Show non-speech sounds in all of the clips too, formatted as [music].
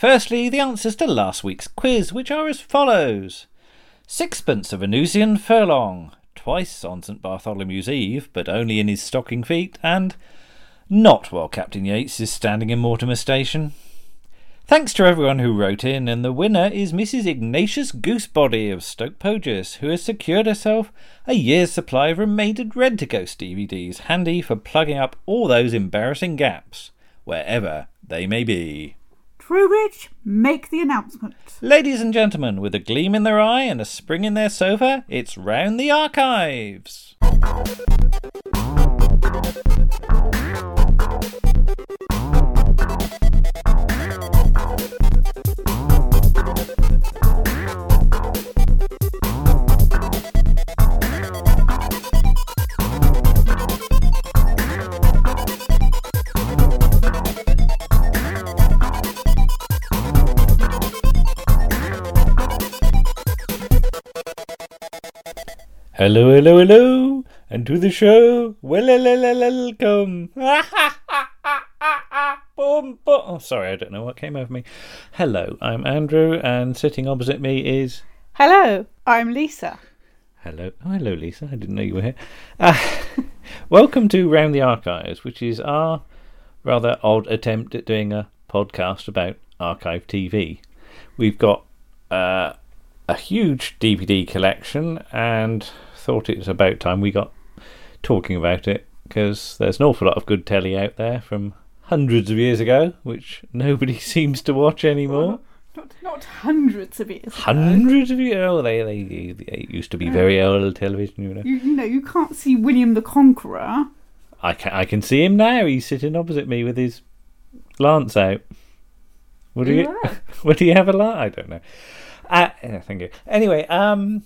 Firstly, the answers to last week's quiz, which are as follows Sixpence of Venusian furlong, twice on St Bartholomew's Eve, but only in his stocking feet, and not while Captain Yates is standing in Mortimer Station. Thanks to everyone who wrote in, and the winner is Mrs. Ignatius Goosebody of Stoke Poges, who has secured herself a year's supply of remaindered Red to Ghost DVDs, handy for plugging up all those embarrassing gaps, wherever they may be. Truebridge, make the announcement. Ladies and gentlemen, with a gleam in their eye and a spring in their sofa, it's Round the Archives! Hello, hello, hello, and to the show, well, welcome. [laughs] boom, boom. Oh, sorry, I don't know what came over me. Hello, I'm Andrew, and sitting opposite me is. Hello, I'm Lisa. Hello, oh, hello, Lisa. I didn't know you were here. Uh, [laughs] welcome to Round the Archives, which is our rather odd attempt at doing a podcast about archive TV. We've got. Uh, a huge DVD collection and thought it was about time we got talking about it because there's an awful lot of good telly out there from hundreds of years ago which nobody [laughs] seems to watch anymore. Not not hundreds of years. Hundreds of years. Oh, they, they, they used to be very old television, you know. You, you know, you can't see William the Conqueror. I can, I can see him now. He's sitting opposite me with his lance out. Would he? Yeah. would he have a lance? I don't know. Uh, yeah, thank you. Anyway, um,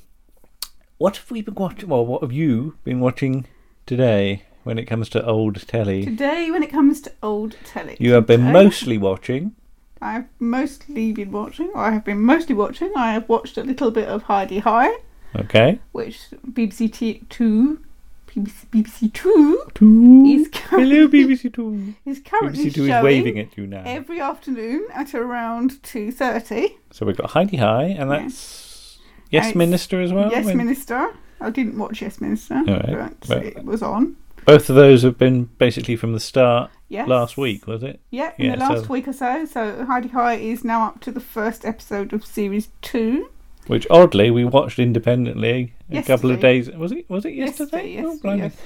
what have we been watching? Well, what have you been watching today when it comes to old telly? Today, when it comes to old telly, You have been today, mostly watching. I've mostly been watching, or I have been mostly watching. I have watched a little bit of Heidi High, Okay. which BBC T- Two, BBC, BBC Two Two. is Hello, currently BBC Two. is currently BBC Two is showing waving at you now. every afternoon at around two thirty. so we've got Heidi High, and Yeah. that's And Yes it's Minister as well. yes, When- Minister. I didn't watch Yes, Minister, right, but, but- it was on. Both of those have been basically from the start Yes. last week, was it? Yeah, in the Yeah, so- last week or so. So Heidi High is now up to the first episode of series two. Which oddly we watched independently a couple of Yesterday. days. Was it? Was it yesterday? Yesterday, yes, oh, blimey. yes.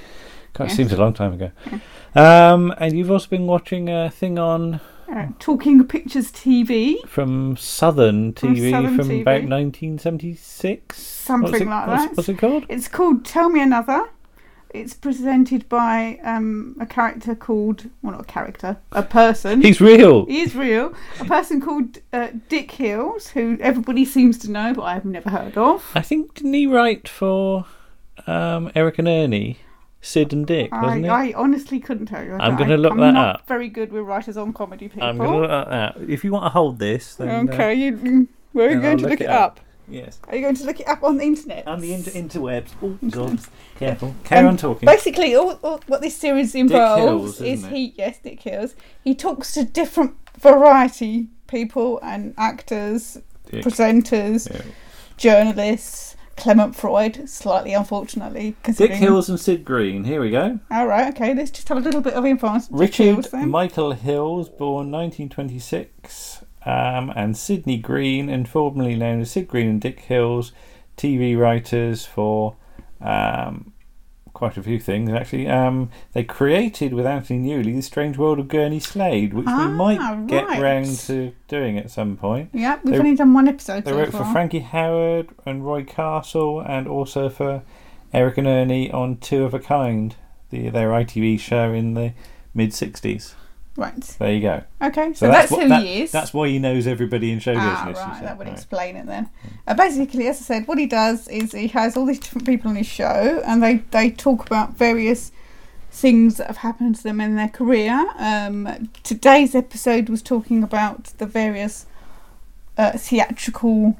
God, Yes. it seems a long time ago. Um, and you've also been watching a thing on Uh, Talking Pictures TV, from Southern From TV Southern from TV. about 1976. Something What's it- like what's- that. What's it called? It's called Tell Me Another. It's presented by um, a character called, well, not a character, a person. He's real. [laughs] he is real. A person called uh, Dick Hills, who everybody seems to know, but I've never heard of. I think didn't he write for um, Eric and Ernie, Sid and Dick, wasn't I, he? I honestly couldn't tell you. I'm I- gonna look I'm that not up. Very good with writers on comedy people. am gonna look at that. If you want to hold this, then uh, okay, you, mm, where are you then going I'll to look look it it up? yes. Are you going to look it up on the internet? And the inter- interwebs. Oh God, careful. Carry on talking. Basically, all, all what this series involves Hills, isn't is it? he, yes, Dick Hills. He talks to different variety people and actors, Dick. presenters, Yeah. journalists. Clement Freud, slightly unfortunately, Dick considering. Hills and Sid Green. Here we go. All right, okay. Let's just have a little bit of info on Dick Hills Richard then. Michael Hills, born 1926, um, and Sidney Green, and formerly known as Sid Green and Dick Hills, TV writers for um, quite a few things actually. Um, they created with Anthony Newley the Strange World of Gurney Slade, which Ah, we might get right. round to doing at some point. yeah, we've They- only done one episode. They so wrote for far. Frankie Howard and Roy Castle, and also for Eric and Ernie on Two of a Kind, the, their ITV show in the mid 60s. Right. There you go. Okay, so, that's, what- who that- he is. That's why he knows everybody in show Ah, business. you right, see. that would Right. explain it then. Uh, basically, as I said, what he does is he has all these different people on his show, and they, they talk about various things that have happened to them in their career. Um, today's episode was talking about the various uh, theatrical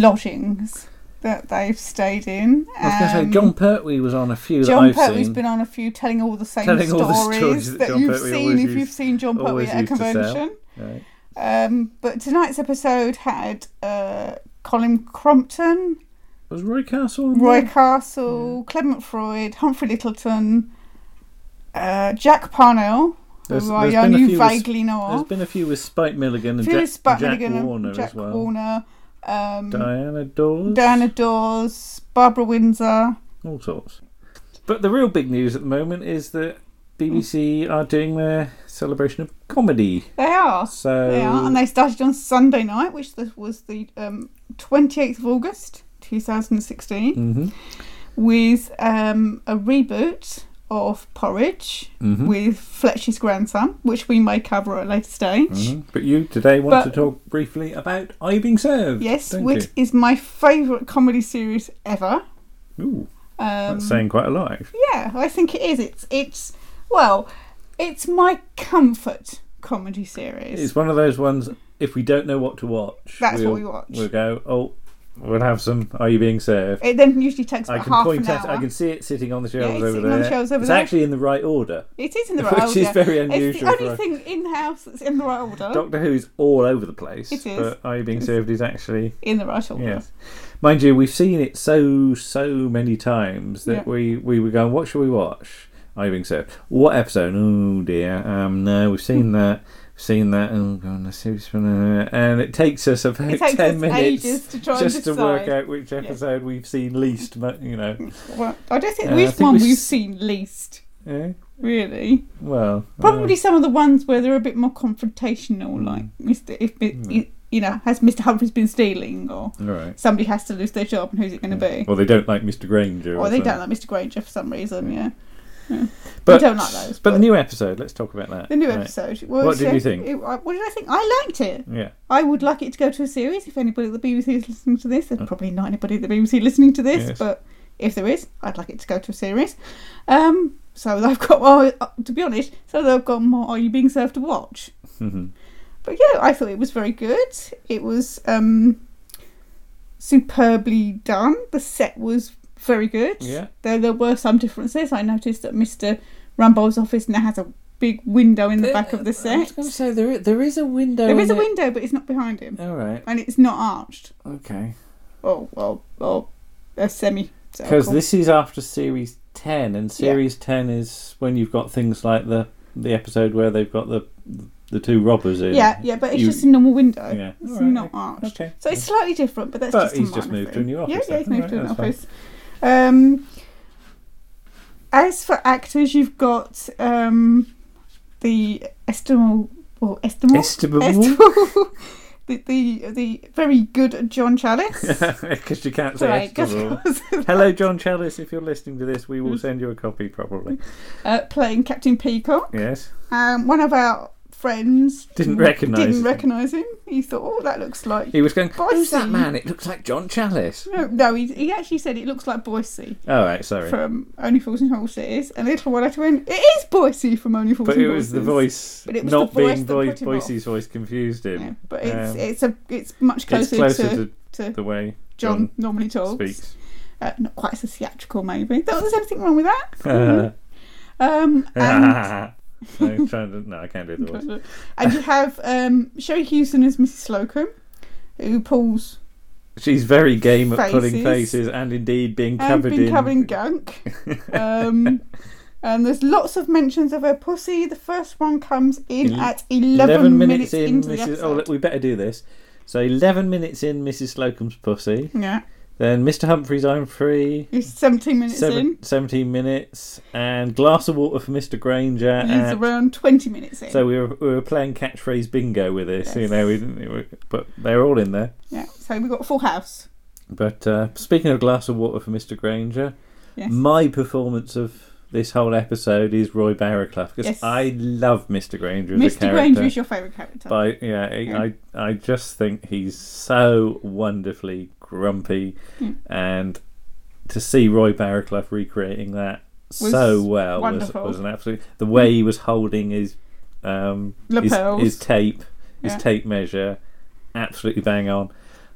lodgings that they've stayed in. I was going Um, to say John Pertwee was on a few that John I've Pertwee's seen. been on a few, telling all the same Telling all the stories, stories that that, John you've Pertwee seen always if you've used- seen John Pertwee always at a used to sell. convention. Right. Um, but tonight's episode had uh, Colin Crompton, Was Roy Castle? on Roy there? Castle, Clement Freud, Humphrey Littleton, uh, Jack Parnell, There's- who I there's been a only few with- vaguely know There's of. been a few with Spike Milligan and Phyllis Jack, Spike Milligan Jack and Warner Jack as well. Warner, um, Diana Dawes. Diana Dawes, Barbara Windsor. All sorts. But the real big news at the moment is that BBC are doing their celebration of comedy. They are. So They are, and they started on Sunday night, which this was the um, 28th of August 2016, Mhm, with um, a reboot of Porridge mhm, with Fletcher's grandson, which we may cover at a later stage. mhm. But you today want to But- talk briefly about I Being Served. Yes, don't which is my favourite comedy series ever. you? Ooh, Um, that's saying quite a lot. actually. yeah, I think it is. It's it's well, it's my comfort comedy series. It's one of those ones, if we don't know what to watch, That's we'll, what we watch. we'll go, oh, we'll have some Are You Being Served? It then usually takes I about can half point an out, hour. I can see it sitting on the Yeah, shelves it's over sitting there. on the shelves over it's there. actually in the right order, It [laughs] is in the which right order. is very unusual. It's the only for a- thing in house that's in the right order. Doctor Who's all over the place. Oh. It is. But Are You Being It's- Served is actually in the right order. Yeah. Mind you, we've seen it so so many times that Yeah. we we were going, what should we watch? I think so. What episode? Oh dear. Um, no, we've Hmm. seen that. We've seen that. Oh god, let's see what's been- and it takes us about It [laughs] takes ten us minutes ages to try [laughs] just and to decide. work out which episode we've seen least. mu- You know. [laughs] Well, I don't think Uh, I which think one we've we've, s- seen least, Eh? really. Well. Probably uh, some of the ones where they're a bit more confrontational, Mm. like Mr. If mi- Mm. you- you know, has Mr. Humphries been stealing, or um, all [laughs] right. somebody has to lose their job, and who's it going to Yeah. be? Well, they don't like Mr. Granger. Or they Hmm. so- don't like Mr. Granger for some reason. Yeah, But, don't like those, But, the but- new episode. Let's talk about that. the new Right. episode. Well, What did so you think? it- I- what did I think? I liked it. Yeah. [laughs] I would like it to go to a series. If anybody at the BBC is listening to this, there's probably not anybody at the BBC listening to this, Uh. Yes. but if there is, I'd like it to go to a series. Um, so [laughs] I've got, well, uh, to be honest, so I've got more Are You Being Served to watch. Mhm. But yeah, I thought it was very good. It was um, superbly done. The set was very good. Yeah. Though there were some differences. I noticed that Mr. Rumbold's office now has a big window in the back of I the was set. going to say there is, there is a window. There is in a it. window, but it's not behind him. All right. And it's not arched. Okay. Oh, well, or a semi. Because this is after series ten, and series ten is when you've got things like the the episode where they've got the the two robbers in. Yeah, yeah, but it's You- just a normal window. Yeah. It's Alright, not okay. arched. Okay. So it's slightly different, but that's But just a he's just minor moved to a thing. new Yeah, office yeah, he's then. moved to an Alright, that's office. Um, as for actors, you've got um, the estimable, well, estimable, Estimable. [laughs] the, the the very good [laughs] John Chalice. Because you can't say Sorry, [laughs] estimable. 'cause- Hello, John Chalice. If you're listening to this, we Mm. will send you a copy, probably. uh, playing Captain Peacock. Yes. Um, one of our friends Didn't recognise didn't him. recognise him. He thought, oh, that looks like. He was going. Who's that Boise. man? It looks like John Chalice. No, no he, he actually said it looks like Boise All right. Sorry. from Only Fools and Horses. And a little while later, went, it is Boise from Only Fools But and it was the Horses." voice, But it was not the voice being that Boy- put him off. Boise's voice, confused him. Yeah, but it's Um, it's a it's much closer, it's closer to, to, to, the way John, John normally talks. speaks. Uh, not quite so theatrical, maybe. There was anything wrong with [laughs] that. Uh, [laughs] Um, and, [laughs] no, I'm trying to, no, I can't do the voice. and you have um, Sherry Houston as Mrs. Slocum, who pulls [laughs] She's very game at putting Faces. faces and indeed being and covered been in. [laughs] covered in gunk. Um, and there's lots of mentions of her pussy. The first one comes in Ele- at 11, minutes, into the Mrs. episode. Oh, look, we better do this. So eleven minutes in, Mrs. Slocum's pussy. yeah, Then Mr. Humphrey's I'm free. it's 17 minutes Seven, in. Seventeen minutes and glass of water for Mr. Granger. He's at- around 20 minutes in. Uh, so we were, we were playing catchphrase bingo with this, you Yes. know. We didn't, we- but they're all in there. yeah, so we've got a full house. But uh, speaking of glass of water for Mr. Granger, Yes. my performance of this whole episode is Roy Barraclough because Yes. I love Mr. Granger as a Mr. character. Granger is your favourite character. but yeah, I, I I just think he's so wonderfully grumpy, Mm. and to see Roy Barraclough recreating that so well was, wonderful. was an absolute. The way he was holding his um his, Lapels. his tape, his Yeah. tape measure, absolutely bang on.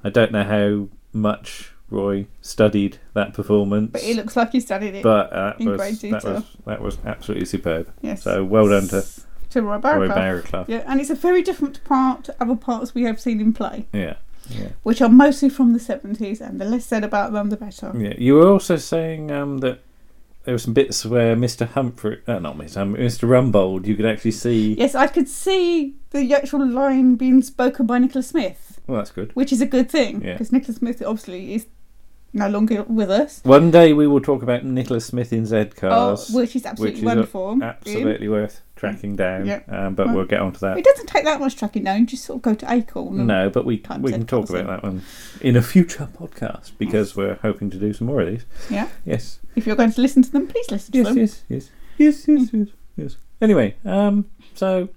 I don't know how much Roy studied that performance, But it looks like he's done it. but, uh, that in was- great that was detail. that was absolutely superb. yes. So well done to to Roy Barrowclough. Roy Barrowclough. Yeah, and it's a very different part to other parts we have seen in play, Yeah. yeah. which are mostly from the 70s, and the less said about them, the better. Yeah, you were also saying um, that there were some bits where Mr. Humphrey, uh, not Mr. Humphrey, Mr. Rumbold, you could actually see. Yes, I could see the actual line being spoken by Nicola Smith, Well, that's good. which is a good thing, Yeah. because Nicola Smith obviously is no longer with us, One day we will talk about Nicholas Smith in Z cars. oh, which is absolutely which is a- wonderful. Absolutely worth tracking down. Yeah. Um, but Well, we'll get on to that. It doesn't take that much tracking down, you just sort of go to Acorn. and- No, but we Mm. Time we Z can talk cars, about yeah. that one in a future podcast because we're hoping to do some more of these. Yeah. Yes. If you're going to listen to them, please listen to Yes, them. yes, yes, yes, yes, Mm. yes, yes. Anyway, um, so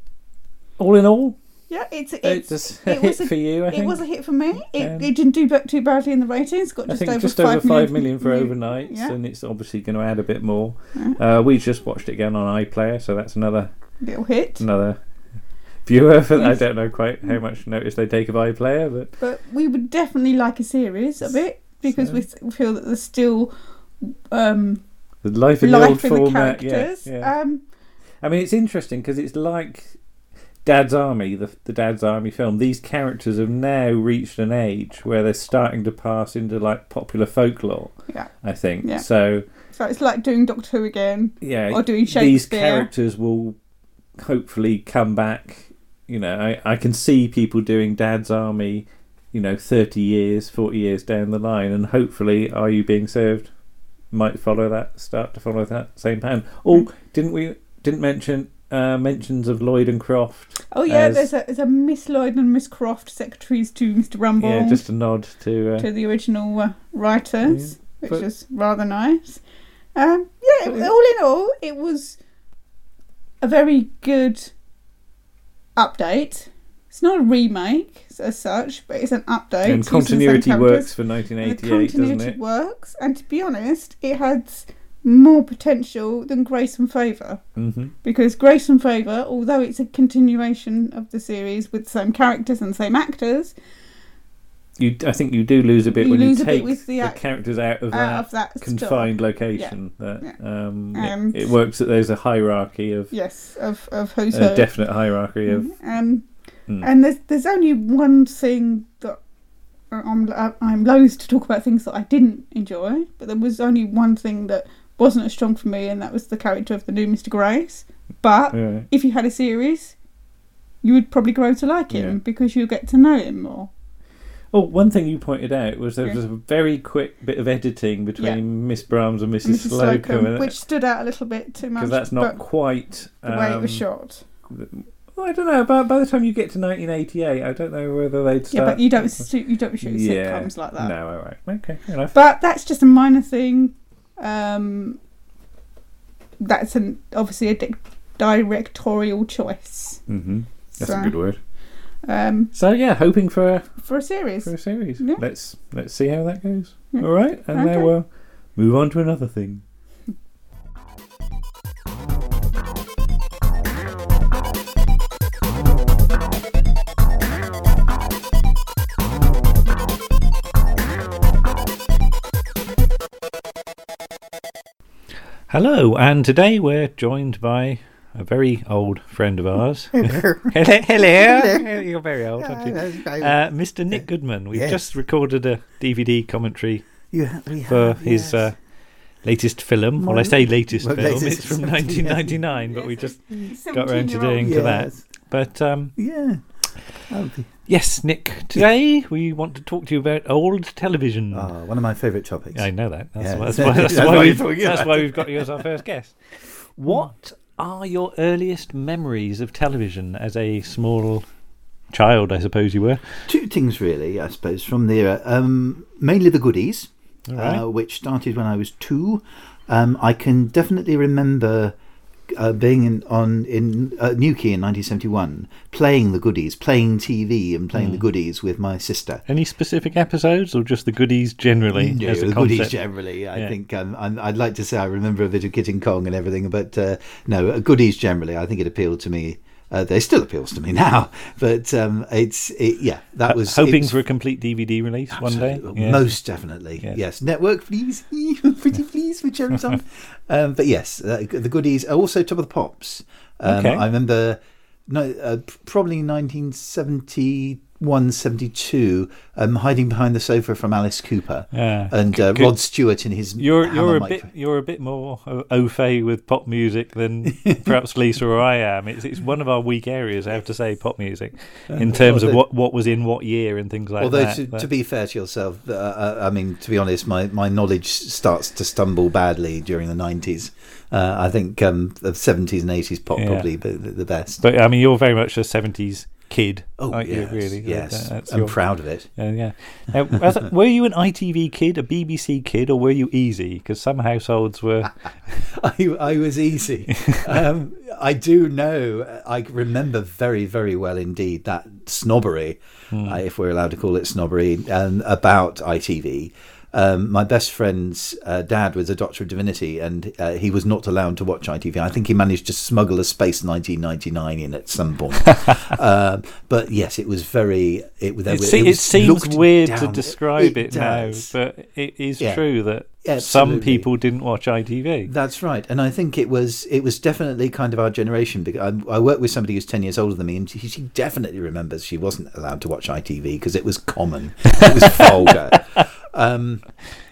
all in all, Yeah, it's, it's, [laughs] it's just a it was hit a- for you. I It think was a hit for me. It, Um, it didn't do ba- too badly in the ratings. Got I just think over just five over five million for new- overnights, yeah. and it's obviously going to add a bit more. Yeah. Uh, we just watched it again on iPlayer, so that's another Little hit, another viewer. For, I Yes. don't know quite how much notice they take of iPlayer, but but we would definitely like a series of it because we s- feel that there's still um, the life in the old life in the format. yeah, characters. yeah, Um, I mean, it's interesting because it's like Dad's Army, the, the Dad's Army film. These characters have now reached an age where they're starting to pass into like popular folklore. Yeah. I think Yeah. so. so it's like doing Doctor Who again Yeah, or doing these Shakespeare. characters will hopefully come back. You know, I, I can see people doing Dad's Army, you know, 30 years, 40 years down the line, and hopefully Are You Being Served might follow that, start to follow that same pattern. Oh, Mm. didn't we, didn't mention uh, mentions of Lloyd and Croft? Oh yeah, as- there's a there's a Miss Lloyd and Miss Croft secretaries to Mr. Rumble Yeah, just a nod to. Uh, Mm-hmm. to the original uh, writers, which but- is rather nice. Um, yeah, But it- it- all in all, it was a very good update. It's not a remake as such, but it's an update. using the and same continuity characters. works for And The 1988, doesn't continuity it? works, and to be honest, it had more potential than Grace and Favour Mm-hmm. because Grace and Favour, although it's a continuation of the series with the same characters and same actors, You, I think you do lose a bit You when lose you a bit take with the the, act- characters out of that. out of that stuff. confined location that um, it- Um, it, works that there's a hierarchy of Yes, of of a who's who. definite hierarchy uh, of Um, Mm. and there's there's only one thing that I'm I'm loath to talk about things that I didn't enjoy, but there was only one thing that wasn't as strong for me, and that was the character of the new Mr. Grace. But yeah. if you had a series, you would probably grow to like him Yeah. because you'll get to know him more. oh one thing you pointed out was there Yeah. was a very quick bit of editing between Yeah. miss brahms and mrs, Mrs. slocum, Slocum, which stood out a little bit too much. because that's not but quite the way it was um, shot. well, i don't know by, by the time you get to 1988 i don't know whether they'd Yeah, start but you don't su- you don't shoot Yeah, sitcoms like that. no all right okay fair enough But that's just a minor thing. Um, that's an obviously a di- directorial choice. mm-hmm. that's so, a good word Um, so yeah hoping for a, for a series. for a series Yeah. let's let's see how that goes Yeah. all right and Okay. then we'll move on to another thing Hello, and today we're joined by a very old friend of [laughs] ours. Hello. hello, hello. Hello. You're very old, aren't you? Hello, David. Uh, Mr. Nick Goodman. We've Yes. just recorded a DVD commentary you ha- we have, for his Ah, uh, yes. latest film. Well, My- I say latest my film, latest it's from film, [laughs] 1999, but we just. got round to doing to that. Yes. But um, Yeah. That'll be- yes, Nick, today we want to talk to you about old television. Ah, one of my favourite topics. Hmm. I know that. That's, Yeah. why, that's, [laughs] why, that's, That's why, why we've, you're talking that's about why it. we've got you as our first guest. Hmm. What are your earliest memories of television as a small child, I suppose you were? Two things, really, I suppose, from the era. Um, mainly the goodies, All right. uh, which started when I was two. Um, I can definitely remember uh, being in, on in uh, Newquay in 1971, playing the goodies, playing TV and playing the Hmm. goodies with my sister. Any specific episodes or just the goodies generally? No, as a the goodies concept? generally. I Yeah. think um, I'm, I'd like to say I remember a bit of Kit and Kong and everything, but uh, no, uh, goodies generally. I think it appealed to me Uh, they still appeals to me [laughs] now, but um, it's it, yeah. That was it Uh, hoping was for a complete DVD release one Absolutely. day. Yeah. Most definitely. Yeah. Yes. Network, please. [laughs] Pretty please for Cherry [laughs] Tom. um, but yes, uh, the goodies are also Top of the Pops. Um, Okay. I remember no, uh, probably 1971, 72, um, hiding behind the sofa from Alice Cooper. Yeah. And uh, Good. Rod Stewart in his You're hammer you're a mic- bit you're a bit more au- au fait with pop music [laughs] than perhaps Lisa or I am. It's it's one of our weak areas, I have to say, pop music, in terms of although- what, what was in what year and things like Although that. to, but- to be fair to yourself, uh, uh, I mean to be honest, my, my knowledge starts to stumble badly during the nineties. Uh, I think um, the seventies and eighties pop Yeah. probably the, the best. but I mean, you're very much a '70s kid, Oh, aren't yes, you? Really? Like, Yes. that- that's I'm your- uh, proud of it. Yeah, yeah. Now, was- were you an ITV kid, a BBC kid, or were you easy? Because some households were. [laughs] I, I was [laughs] easy. um, I do know, I remember very, very well indeed that snobbery, Hmm. uh, if we're allowed to call it snobbery, um, about ITV. Um, my best friend's uh, dad was a Doctor of Divinity, and uh, he was not allowed to watch ITV. I think he managed to smuggle a Space 1999 in at [laughs] some point. um, but yes, it was very. It, there It, were- se- it it was seems looked weird to down- describe it, now, does. but it is Yeah. true that some Absolutely. people didn't watch ITV. That's right, and I think it was it was definitely kind of our generation. Because I, I worked with somebody who's ten years older than me, and she, she definitely remembers she wasn't allowed to watch ITV because it was common, [laughs] it was vulgar. Um,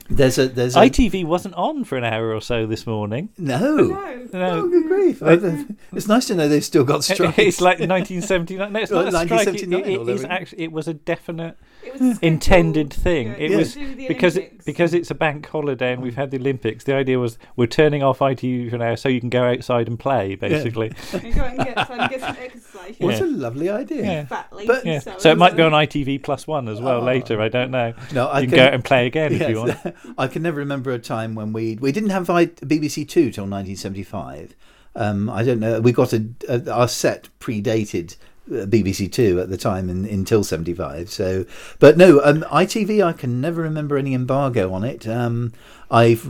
there's a there's a ITV wasn't on for an hour or so this morning. no. No. Oh, good grief! I- it's nice to know they've still got [laughs] strikes. It's like 1979. No, it's Well, not a strike. It, it, 1979 it, although is it- actually, it was a definite It was intended thing. It Yeah. was because it, because it's a bank holiday and we've had the Olympics. The idea was we're turning off ITV for an hour so you can go outside and play, basically. and go out and get, and [laughs] get some exercise. Yeah. What a lovely idea! Yeah. Fatly. But- Yeah. So, it might be on ITV plus one as well Oh. later. I don't know. No, I you can can- go out and play again if you want. Yes. [laughs] I can never remember a time when we we didn't have I, BBC Two till 1975. Um, I don't know. We got a, a our set predated uh, BBC Two at the time in, until 75. So, but no, um, ITV. I can never remember any embargo on it. Um, I've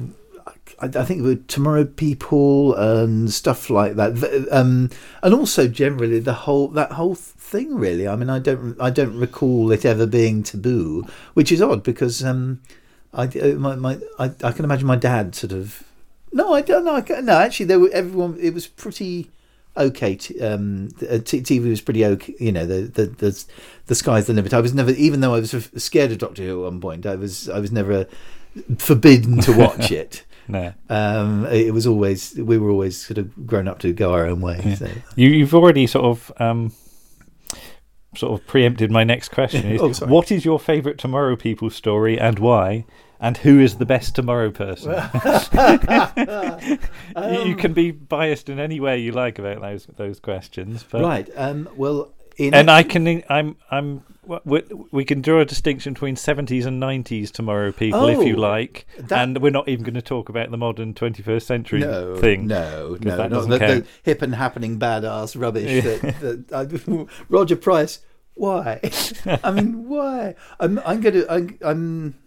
I, I think with Tomorrow People and stuff like that, Th- um, and also generally the whole that whole thing. Really, I mean, I don't I don't recall it ever being taboo, which is odd because um, I uh, my, my I, I can imagine my dad sort of no, I don't know. I can, no, actually, there were everyone. It was pretty okay. T- um, uh, t- TV was pretty okay. You know, the the the the sky's the limit. I was never, even though I was scared of Doctor Who at one point, I was I was never forbidden to [laughs] watch it. No, Um, it was always we were always sort of grown up to go our own way. Yeah. So. you, you've already sort of um, sort of preempted my next question. Is, [laughs] Oh, sorry. what is your favourite Tomorrow People story and why? And who is the best tomorrow person? [laughs] um, You- you can be biased in any way you like about those those questions, but Right. Um, well, in and I can I'm I'm we, we can draw a distinction between 70s and 90s tomorrow people if you Oh, like that- and we're not even going to talk about the modern 21st century no, thing no, because no, that not doesn't the, the count. hip and happening badass rubbish. Yeah. That, that I, [laughs] Roger Price. Why? [laughs] I mean, why? I'm, I'm going to. I'm, I'm.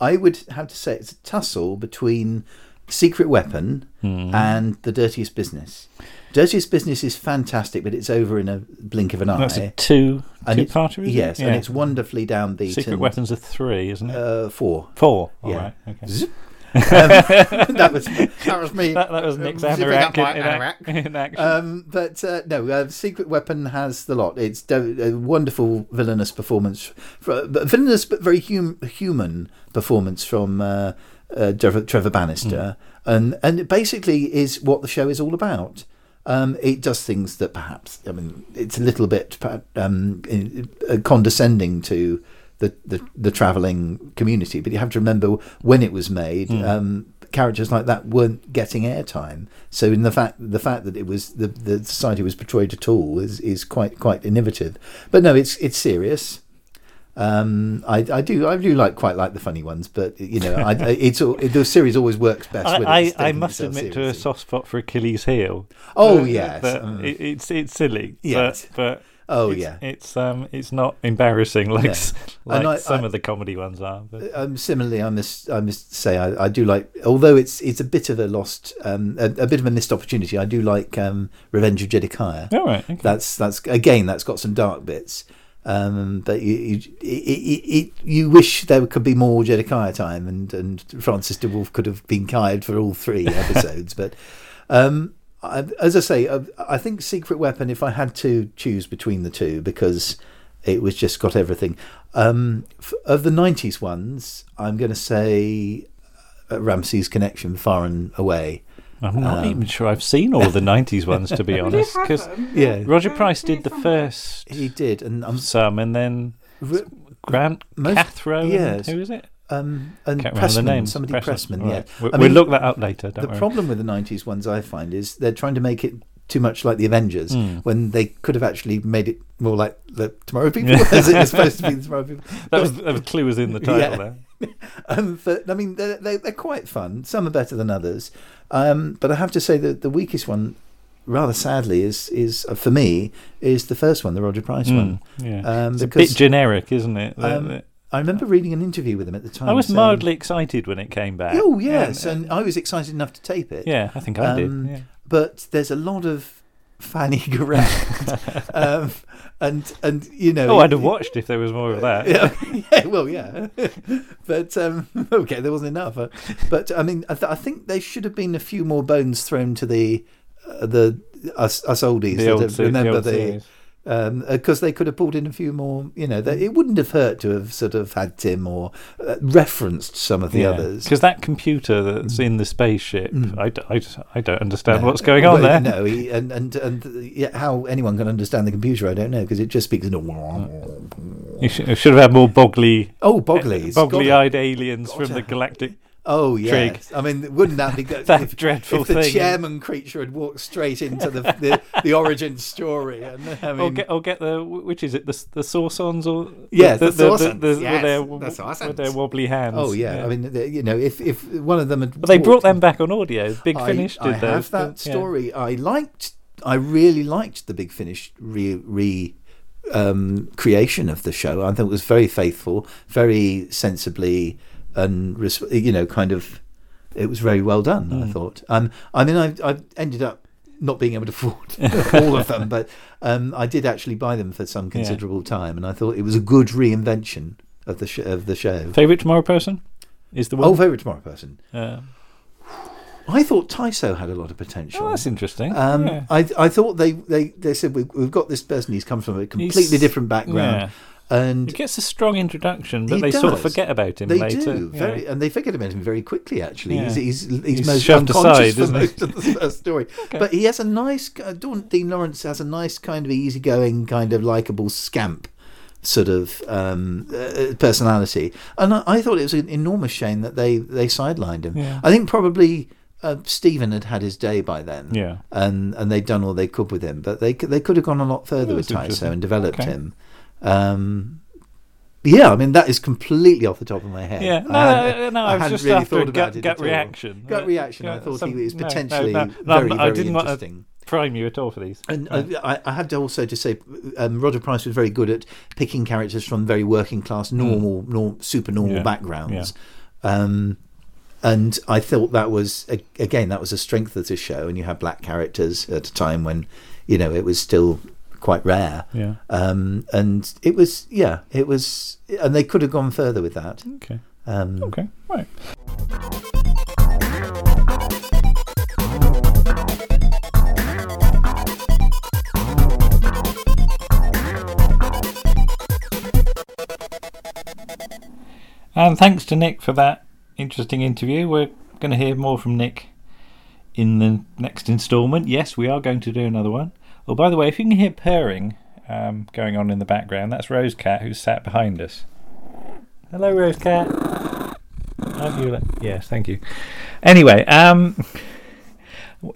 I would have to say it's a tussle between Secret Weapon Mm. Hmm. and The Dirtiest Business. Dirtiest Business is fantastic, but it's over in a blink of an that's eye. a two And two it's- parter isn't Yes, it? and Yeah. it's wonderfully downbeat. secret and, weapons are three isn't it Uh, four. [laughs] four yeah. all right okay Zip. [laughs] Um, that was that was me. that, that was Nick's zipping up anorak my in, in, ac- in action Um, but uh, no, uh, Secret Weapon has the lot. It's do- a wonderful villainous performance, fr- but villainous but very hum- human performance from uh, uh, Trevor, Trevor Bannister, and and it basically is what the show is all about. Um, it does things that perhaps I mean it's a little bit perhaps, um, in- uh, condescending to the, the, the travelling community. But you have to remember when it was made, Hmm. um, characters like that weren't getting airtime. So in the fact the fact that it was the, the society was portrayed at all is, is quite quite innovative. But no, it's it's serious. Um, I, I do I do like quite like the funny ones, but you [laughs] know I, I- it's all, the series always works best. when I, it's I, I taking must itself admit to a seriously. soft spot for Achilles' heel. Oh Uh, yes, but um, it, it's it's silly. Yes. but, Oh it's, yeah. it's um, it's not embarrassing like No. s- like And I- some I- of the comedy ones are. But Um, similarly, I must I must say I, I do like although it's it's a bit of a lost um, a, a bit of a missed opportunity. I do like um, Revenge of Jedediah. all right, okay. That's that's again that's got some dark bits. Um, but you you, it, it, it, you wish there could be more Jedediah time, and and Francis de Wolfe could have been hired for all three episodes. but um, I, as I say, I, I think Secret Weapon. If I had to choose between the two, because it was just got everything. Um, f- of the '90s ones, I'm going to say uh, Ramsey's Connection, Far and Away. I'm not um, even sure I've seen all the [laughs] '90s ones to be We do honest, have because them. Yeah, Roger Where Price do you did the find first he did, and I'm some, and then re- Grant Most- Cathro. and yes. who is it? um, and Can't Pressman, remember the name. somebody Pressman, all yeah. right. We, I will mean, look that up later. Don't the worry. problem with the 90s ones I find is they're trying to make it too much like the Avengers Hmm. when they could have actually made it more like the Tomorrow [laughs] People as it is supposed to be the Tomorrow People. that was that was clue was in the title [laughs] Yeah. there. Um, but I mean, they're, they're, they're quite fun. Some are better than others. Um, but I have to say that the weakest one, rather sadly, is is uh, for me is the first one, the Roger Price one. Mm, yeah. Um, it's a bit because generic, isn't it? The- Um, the- I remember reading an interview with him at the time. I was saying, mildly excited when it came back. Oh yes, and, and, I was excited enough to tape it. yeah, I think I um, did. But there's a lot of [laughs] fanning [laughs] around, um, and and you Yeah. know. Oh, I'd have it- watched if there was more of that. [laughs] yeah, yeah, well, yeah, [laughs] but um, [laughs] okay, there wasn't enough. Uh, But I mean, I, th- I think there should have been a few more bones thrown to the uh, the us, us oldies The that old, have- se- the remember old the series. Mm. because they could have pulled in a few more. You know, they, it wouldn't have hurt to have sort of had Tim or uh, referenced some of the others. Because that computer that's in the spaceship, Mm. I, d- I d- I don't understand No. what's going on Well, there. No, he, and and and yeah, how anyone can understand the computer, I don't know, because it just speaks in a. You should, you should have had more boggly, Oh, Boggley's. boggly eyed aliens Got from the it. galactic. Oh yeah. I mean, wouldn't that be good? [laughs] That [laughs] if, dreadful if the thing. chairman creature had walked straight into the the, the origin story, and I mean, or get, or get the which is it the the saucons or Yes, the saucons, with their yes, the saucons. with their wobbly hands. oh yeah, I mean, the- you know, if if one of them had, but they brought walked- them back on audio. Big I- Finish I, did those, have that but, yeah. story. I liked. I really liked the Big Finish re, re um, creation of the show. I think it was very faithful, very sensibly, and res- you know, kind of. It was very well done. I Mm. thought. Um, I mean, I I ended up not being able to [laughs] afford all of them, but um, I did actually buy them for some considerable time, and I thought it was a good reinvention of the sh- of the show. Favorite tomorrow person is the one. Oh, favorite tomorrow person. Uh, I thought Tyso had a lot of potential. oh, that's interesting. Um, yeah. I I thought they, they, they said we, we've got this person. He's come from a completely He's- different yeah. background, He and gets a strong introduction, but He they sort of does. forget about him they later. do yeah. very, and they figured about him very quickly. Actually, Yeah. he's, he's he's He's most shoved unconscious aside, isn't he? for most of [laughs] the first story. But he has a nice. Uh, Dawn Dean Lawrence has a nice kind of easygoing, kind of likable scamp sort of um, uh, personality, and I, I thought it was an enormous shame that they they sidelined him. Yeah. I think probably. Uh, Stephen had had his day by then, Yeah. and and they'd done all they could with him, but they c- they could have gone a lot further Yeah, with that's Tyso and developed Okay. him. Um, yeah, I mean that is completely off the top of my head. Yeah, no, uh, I hadn't- no, no, I, was hadn't just after a gut, at gut all. reaction. Gut Uh, reaction. I yeah, thought some- he was no, no, potentially no, no, very, I very didn't want to- interesting. Prime you at all for these. And Yeah. uh, I, I had to also just say, um, Roger Price was very good at picking characters from very working class, normal, nor, super normal Hmm. Yeah. backgrounds. Um, and I thought that was a- again that was a strength of the show. And you had black characters at a time when, you know, it was still quite rare. Yeah. Um, and it was yeah, it was, and they could have gone further with that. Okay. Um, Okay. Right. And thanks to Nick for that interesting interview. We're going to hear more from Nick in the next instalment. Yes, we are going to do another one. Oh, by the way, if you can hear purring um, going on in the background, that's Rose Cat who's sat behind us. Hello, Rose Cat. Aren't you li- yes, thank you. Anyway, um,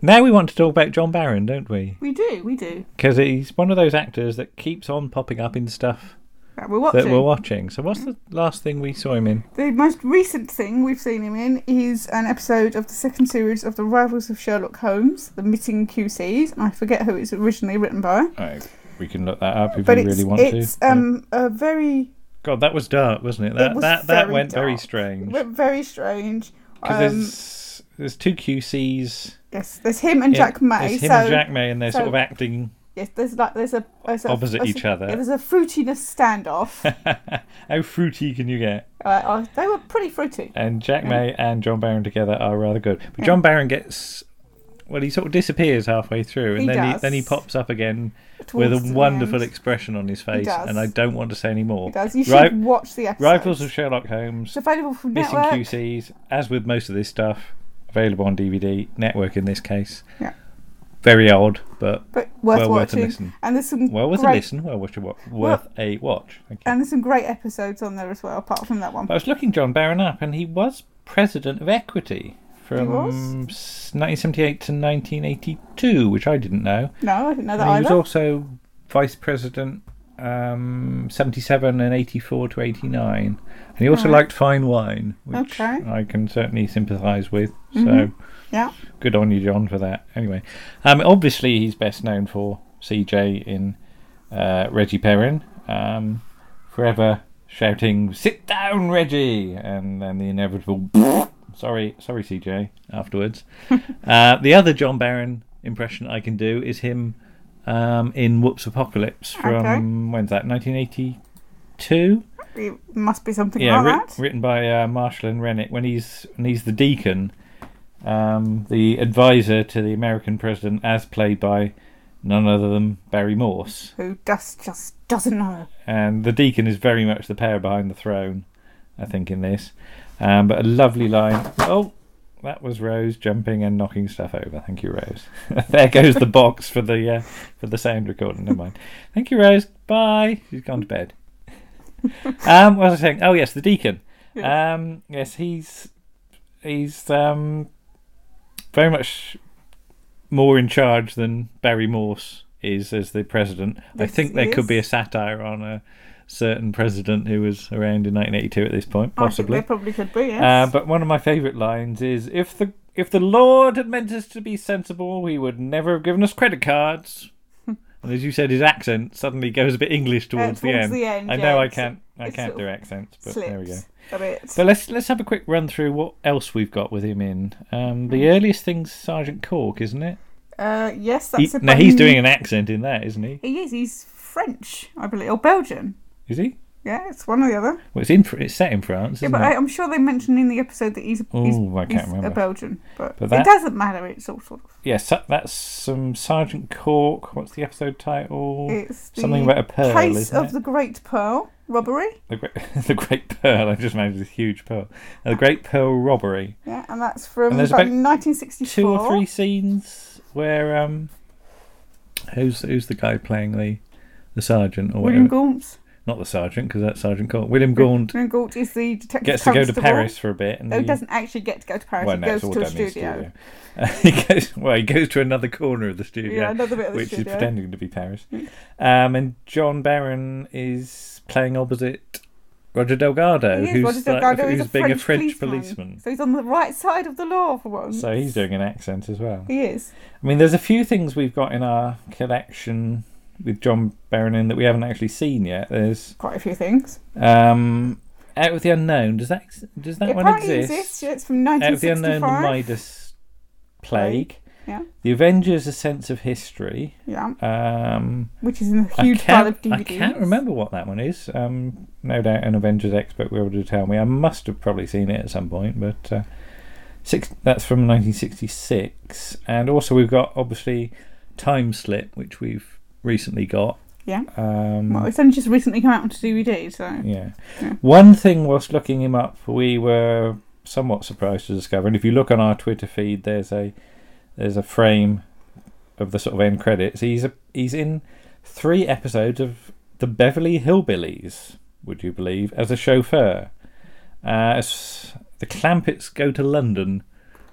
now we want to talk about John Barron, don't we? We do, we do. Because he's one of those actors that keeps on popping up in stuff Right, we're watching. that we're watching. So, what's the last thing we saw him in? The most recent thing we've seen him in is an episode of the second series of The Rivals of Sherlock Holmes, The Missing QCs. I forget who it's originally written by. Oh, We can look that up if But you it's, really want it's to. um, a very God, that was dark, wasn't it? That was that that very went very dark. strange. ve- very strange. Because Um, there's there's two QCs. yes, there's him and Yeah, Jack May. There's him so and Jack May, and they're so- sort of acting yes, there's like there's a there's a- opposite there's each a- other. yeah, There's a fruitiness [laughs] standoff. How fruity can you get? Uh, oh, they were pretty fruity. And Jack Mm. May and John Barron together are rather good. But John Barron gets well, he sort of disappears halfway through, and He then he does. then he pops up again towards with the a wonderful end. expression on his face, does. and I don't want to say any more. He does. You should Ri- watch the episode. Rivals of Sherlock Holmes, It's available from missing network. QCs, as with most of this stuff, available on DVD, network in this case. Yeah. Very old, but but worth well worth a watching. listen. and there's some well worth a great, listen. Well worth a wa- worth a watch. Thank you. And there's some great episodes on there as well, apart from that one. I was looking John Barron up, and he was president of Equity He from was? 1978 to 1982, which I didn't know. No, I didn't know that And he was either. also vice president um 77 and 84 to 89 and he also Alright. liked fine wine which Okay. i can certainly sympathize with so Mhm. Yeah. good on you john for that anyway um obviously he's best known for cj in uh reggie perrin um forever shouting sit down reggie and then the inevitable [laughs] sorry sorry cj afterwards uh the other john barron impression i can do is him um, in Whoops Apocalypse from Okay. when's that? 1982. It must be something Yeah, like writ- that. written by uh, Marshall and Rennick when he's when he's the deacon, um, the advisor to the American president, as played by none other than Barry Morse. Who just just doesn't know? And the deacon is very much the power behind the throne, I think, in this. Um, but a lovely line. Oh, that was Rose jumping and knocking stuff over. Thank you, Rose. [laughs] there goes the box for the uh, for the sound recording. Never mind. Thank you, Rose. Bye. She's gone to bed. [laughs] um, what was I saying? Oh yes, the deacon. Um, yes, he's he's um, very much more in charge than Barry Morse is as the president. I Yes, think he there could is. be a satire on a certain president who was around in 1982 at this point, I possibly. think they probably could be. Yes. Uh, but one of my favourite lines is if the if the Lord had meant us to be sensible, he would never have given us credit [laughs] cards. and as you said, his accent suddenly goes a bit English Uh, towards, the, end. I yeah, know I it's- can't I it's can't sort of do accents, but Slips there we go. a bit. So let's let's have a quick run through what else we've got with him in. Um, Hmm. the earliest thing's Sergeant Cork, isn't it? Uh, yes, He- that's a now he's button- doing an accent in that, isn't he? He is. He's French, I believe, or Belgian. Is he? Yeah, it's one or the other. Well, it's in Fr- it's set in France, Yeah, isn't but it? I, I'm sure they mentioned in the episode that he's, he's, Oh, I can't he's remember. a Belgian, but, But it that- doesn't matter. It's all sort of Yes, that- that's some Sergeant Cork. What's the episode title? it's the Something about a pearl, case isn't of it? the Great Pearl robbery. The great, [laughs] the great Pearl. I just made a huge pearl. Uh, The Great Pearl robbery. Yeah, and that's from And there's about about 1964. Two or three scenes where um, who's who's the guy playing the the sergeant or whatever? William Gaunt. Not the sergeant because that's Sergeant Cork. William Gaunt William Gaunt is the detective. gets to go to constable. Paris for a bit. And No, he he- doesn't actually get to go to Paris. Well, he no, goes it's all to a done in studio. the studio. [laughs] Uh, he goes well. He goes to another corner of the studio, Yeah, Mm. another bit of the which studio. is pretending to be Paris. Um, and John Barron is playing opposite Roger Delgado, He is. uh, who's Roger like- Delgado is who's being a French policeman. Mm. policeman. So he's on the right side of the law for once. So he's doing an accent as well. He is. I mean, there's a few things we've got in our collection with John Barron in that we haven't actually seen yet. There's Quite a few things. um, Out with the Unknown. Does that ex- does that it one apparently exist? exists. yeah, it's from Out of the Unknown, the 1965. Midas Plague. Yeah. The Avengers, A Sense of History. Yeah, Um, which is in a [laughs] I huge pile of can't- DVDs. I can't remember what that one is. Um, no doubt an Avengers expert will be able to tell me. I must have probably seen it at some point, but uh, six, that's from 1966. And also we've got, obviously, Time Slip, which we've recently got. Yeah. Um, Well, it's only just recently come out onto DVD, so yeah. Yeah. One thing whilst looking him up, we were somewhat surprised to discover, and if you look on our Twitter feed, there's a there's a frame of the sort of end credits. He's a, he's in three episodes of the Beverly Hillbillies. Would you believe as a chauffeur? Uh, as the Clampets go to London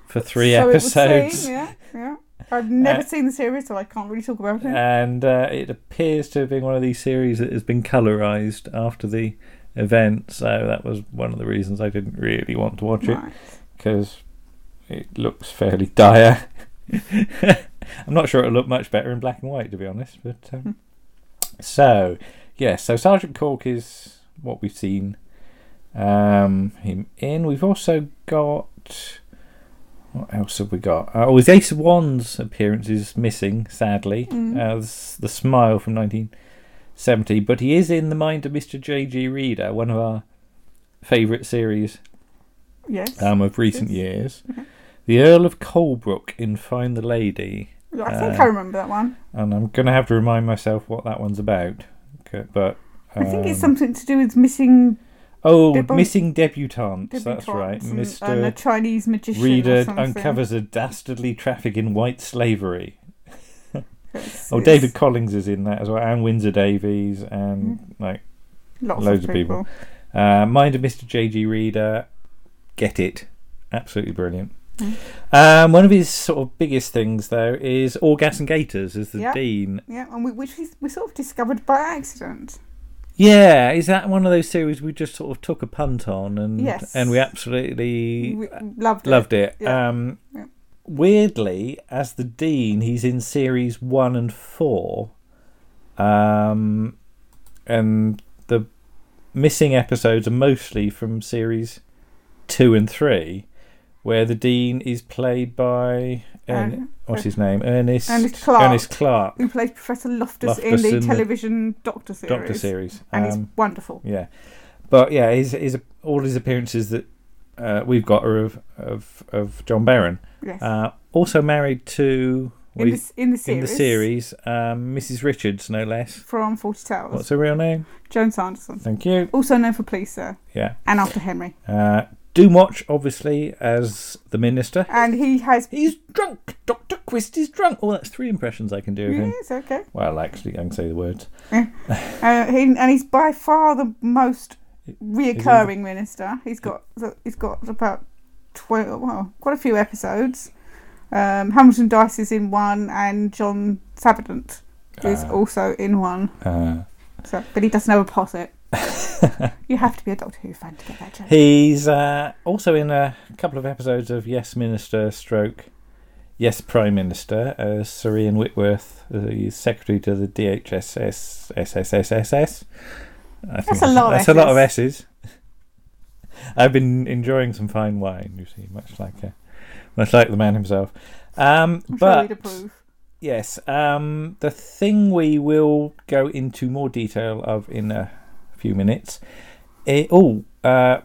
for three So it would episodes. seem, yeah, yeah. I've never Uh, seen the series, so I can't really talk about it. and uh, it appears to have been one of these series that has been colorized after the event so that was one of the reasons i didn't really want to watch it Right. because it looks fairly [laughs] dire i'm not sure it'll look much better in black and white to be honest but um, So, yeah, so Sergeant Cork is what we've seen um, him in. We've also got. What else have we got? Uh, oh, his Ace of Wands appearance is missing, sadly, Mm. as the smile from 1970, but he is in The Mind of Mr. J.G. Reader, one of our favourite series Yes. um, of recent Yes. years. Mhm. The Earl of Colebrook in Find the Lady. I think uh, I remember that one. And I'm going to have to remind myself what that one's about. Okay, but I think it's um, something to do with missing Oh, Debut- missing debutantes. That's right. debutantes and, and a Mr. Chinese magician. or Reader something. uncovers a dastardly traffic in white slavery. It's- Oh, it's David Collins is in that as well, and Windsor Davies, and Mm-hmm. like Lots loads of of people. people. uh, Mind of Mr. J.G. Reader. Get it. Absolutely brilliant. Mm. Um, one of his sort of biggest things, though, is Orgas and Gators as the Yeah. Dean. Yeah, and we, which we, we sort of discovered by accident. Yeah, is that one of those series we just sort of took a punt on and Yes. and we absolutely We loved it. uh, Loved it. Yeah. Um, Yeah. Weirdly, as the dean, he's in series one and four, um, and the missing episodes are mostly from series two and three, where the dean is played by Ern- Um, what's his name, Ernest Ernest Clark. Ernest Clark, who plays Professor Loftus, in Loftus the in the television Doctor series. Doctor series, And Um, he's wonderful. yeah, but yeah, his his all his appearances that uh, we've got are of of of John Barron. Yes. Uh, also married to well, in, the, he's s- in the in series. the series, um, Mrs. Richards, no less. From Forty Towers. What's her real name? Joan Sanderson. Thank you. Also known for Pleaser Yeah. and [laughs] After Henry. Uh, Doomwatch, obviously, as the minister. And he has. He's drunk. Doctor Quist is drunk. Oh, that's three impressions I can do of him. Yes, okay. Well, actually, I can say the words. Uh, he, and he's by far the most reoccurring minister. He's got the- he's got about twelve, well, quite a few episodes. Um, Hamilton Dice is in one, and John Sabadant is Ah. also in one. Uh, So, but he doesn't have [laughs] a posset. you have to be a Doctor Who fan to get that joke. he's uh, also in a couple of episodes of Yes Minister stroke Yes Prime Minister as Sir Ian Whitworth, the Secretary to the DHSS SSSSS. I think That's a lot of That's a lot of S's. I've been enjoying some fine wine, you see, much like uh, much like the man himself. Um, I'm sure but he'd approve. Yes. Um, the thing we will go into more detail of in a few minutes. It, oh, uh,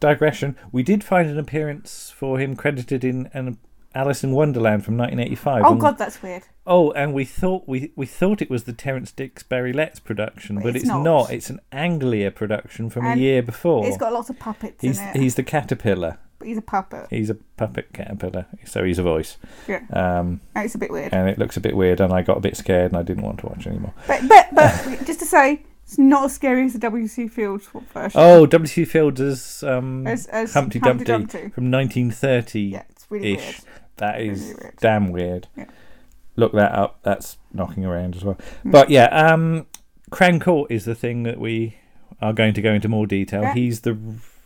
digression. We did find an appearance for him credited in an Alice in Wonderland from 1985. Oh and, God, that's weird. Oh, and we thought we we thought it was the Terence Dix Barry Letts production, But but it's it's, not. not. It's an Anglia production from And a year before. It's got lots of puppets he's in it. he's the caterpillar. But he's a puppet. He's a puppet caterpillar, so he's a voice. Yeah. Um, It's a bit weird. and it looks a bit weird, and I got a bit scared, and I didn't want to watch anymore. But but but [laughs] just to say, it's not as scary as the W.C. Fields version. Oh, W.C. Fields as, um, as, as Humpty Dumpty from 1930 Yeah, it's really ish. weird. That is Really weird. damn weird. Yeah. Look that up. That's knocking around as well. Mm. But yeah, um, Crown Court is the thing that we are going to go into more detail. Yeah. He's the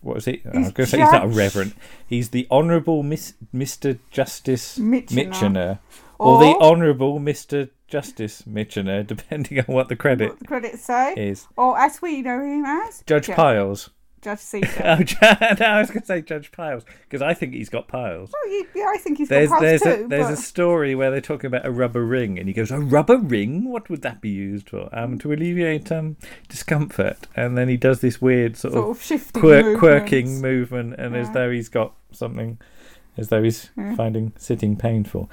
what is it? I He's was going to say he's not a judge. reverend. He's the Honourable Miss, Mr. Justice Mitchener. Michener, or, the Honourable Mr. Justice Michener, [laughs] depending on what the credit what the credits say. is. Or as we know him as Judge Ju- Piles. [laughs] Judge Caesar. Oh, Ju- no, I was going to say Judge Piles because I think he's got piles. well, you, yeah, I think he's There's got there's past a two. there's but a story where they're talking about a rubber ring, and he goes, "A rubber ring? What would that be used for? Um, to alleviate um discomfort." And then he does this weird sort, sort of, of shifting, quirk, quirking movements. movement, and as Yeah. though he's got something, as though he's Yeah. Mm-hmm. finding sitting painful.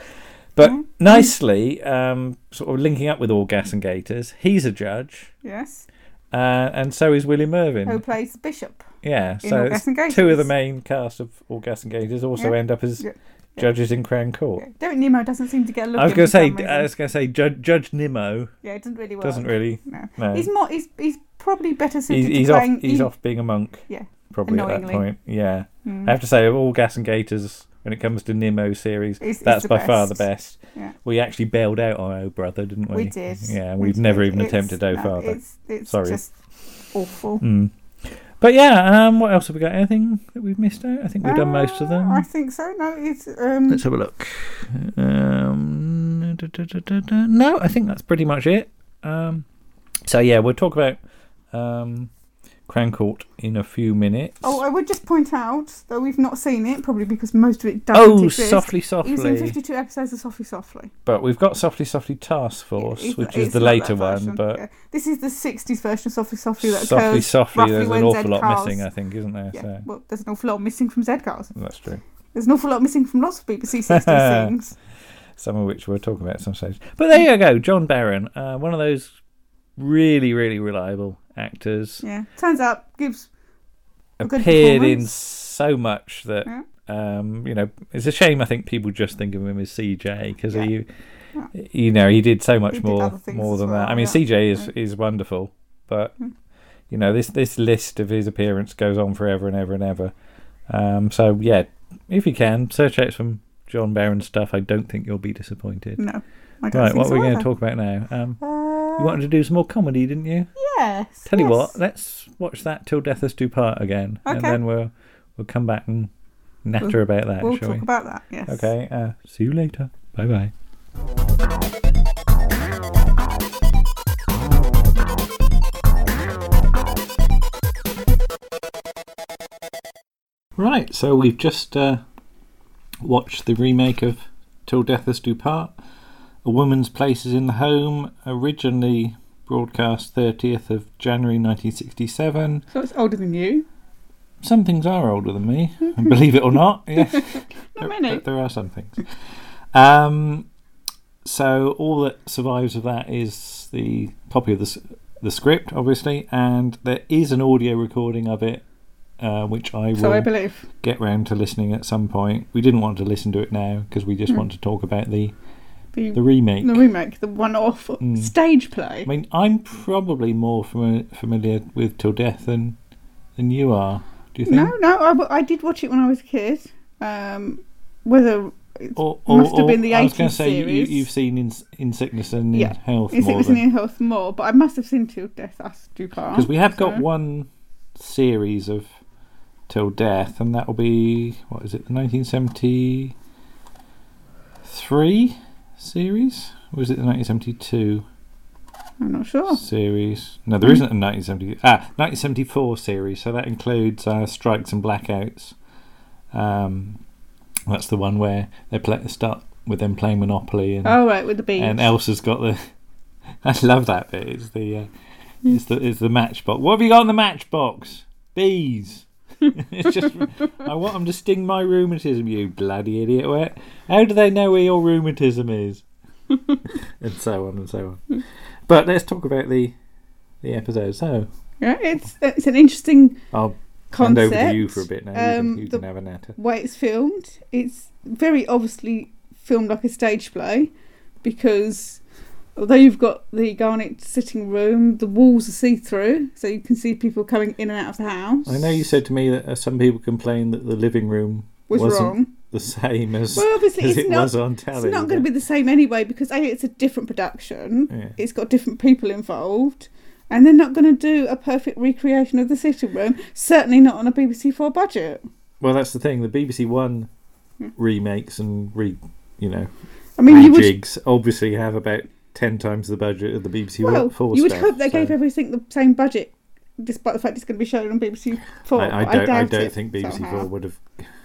But Yeah. nicely, um, sort of linking up with all gas and gators, he's a judge, Yes. uh, and so is William Irvin. Who plays the bishop? Yeah, in so All it's Gas and Gators. two of the main cast of All Gas and Gators also Yeah. end up as Yeah. Yeah. judges in Crown Court. Yeah. Derek Nemo doesn't seem to get a look. I was going to say, I was going to say, Judge, Judge Nimmo yeah, it doesn't really work. doesn't really. No. No, He's more. He's he's probably better suited he's, to he's off. playing. He's e- off being a monk. Yeah. probably at that Annoyingly. point. Yeah, Mm. I have to say, of All Gas and Gators, when it comes to Nimmo series, He's- he's that's the by far the best. best. Yeah. We actually bailed out on Oh Brother, didn't we? We did. Yeah, We we've never did. even It's- attempted Oh no, Father. It's, it's Sorry. just awful. Mm. But yeah, um, what else have we got? Anything that we've missed out? I think we've done most of Uh, them. I think so. No, it's um. Let's have a look. Um, da, da, da, da, da. No, I think that's pretty much it. Um, So yeah, we'll talk about um, Crown Court in a few minutes. Oh, I would just point out though we've not seen it, probably because most of it doesn't Oh, exist. softly, It was in softly. 52 episodes of Softly Softly. But we've got Softly Softly Task Force, It's- which is it's the not later that one, version, but yeah. this is the 60s version of Softly Softly that Softly occurs. Softly, roughly there's an when awful Zed lot cars- missing, I think, isn't there? Yeah, So well, there's an awful lot missing from Z Cars. that's true. There's an awful lot missing from lots of [laughs] BBC 60s things. Some of which we'll talk about at some stage. But there you go, John Barron, uh, one of those really, really reliable actors. Yeah, turns up, gives A good appeared in performance. so much that Yeah. um, you know it's a shame. I think people just think of him as CJ because Yeah. he, Yeah. you know, he did so much did other more things more as than that. well, I mean, yeah. CJ is Yeah. is wonderful, but Mm. you know this this list of his appearance goes on forever and ever and ever. Um, so yeah, if you can search out some John Barron stuff, I don't think you'll be disappointed. no. I don't Right, think what so are we going either. to talk about now? Um, Uh, you wanted to do some more comedy, didn't you? yes. Tell you what, yes. let's watch that till death us do part again, and Okay. then we'll we'll come back and natter about that, We'll shall talk we? about that. Yes. okay. Uh, see you later. Bye bye. Right, so we've just uh, watched the remake of Till Death Us Do Part. A Woman's Place is in the Home, originally broadcast 30th of January 1967. So it's older than you. Some things are older than me, believe it or not. Yeah. There- many. But there are some things. Um, so all that survives of that is the copy of the s- the script, obviously, and there is an audio recording of it, uh, which I So will I believe. get round to listening at some point. We didn't want to listen to it now because we just Mm. want to talk about the The, the remake. the remake, the one off Mm. stage play. I mean, I'm probably more fami- familiar with Till Death than than you are. Do you think? No, no, I, w- I did watch it when I was a kid. Um, whether Or, Must have been the I was gonna 80s say you- series. You, you've seen in, in sickness and in Yeah. health is it more was than in health more, but I must have seen Till Death Us Do Part. because we have got so- one series of till death, and that will be what is it, the 1973 series, or is it the 1972 I'm not sure. series? No, there Hmm. not a 1970 ah 1974 series. So that includes uh, strikes and blackouts. Um, that's the one where they play, start with them playing Monopoly and Oh right, with the bees. and Elsa's got the. [laughs] I love that bit. It's the uh, Mm. it's the it's the matchbox. What have you got in the matchbox? Bees. [laughs] it's just I want them to sting my rheumatism. You bloody idiot! Where, how do they know where your rheumatism [laughs] is? and so on and so on. But let's talk about the the episode. So yeah, it's it's an interesting I'll hand concept. over to you for a bit now. you Um, can, you the- can have a natter. way it's filmed. It's very obviously filmed like a stage play because although you've got the garnet sitting room, the walls are see through, so you can see people coming in and out of the house. I know you said to me that uh, some people complain that the living room was wasn't wrong. the same as, [laughs] Well, obviously as it's it not. was on it's telly. not going to be the same anyway because a it's a different production. Yeah. It's got different people involved. And they're not going to do a perfect recreation of the sitting room. Certainly not on a BBC Four budget. Well, that's the thing. The BBC One Hmm. remakes and re, you know, I mean, you would rejigs obviously have about ten times the budget of the BBC Well, Four. you would stuff, hope they so- gave everything the same budget, despite the fact it's going to be shown on BBC Four. I, I but don't. I, doubt don't it think BBC somehow. Four would have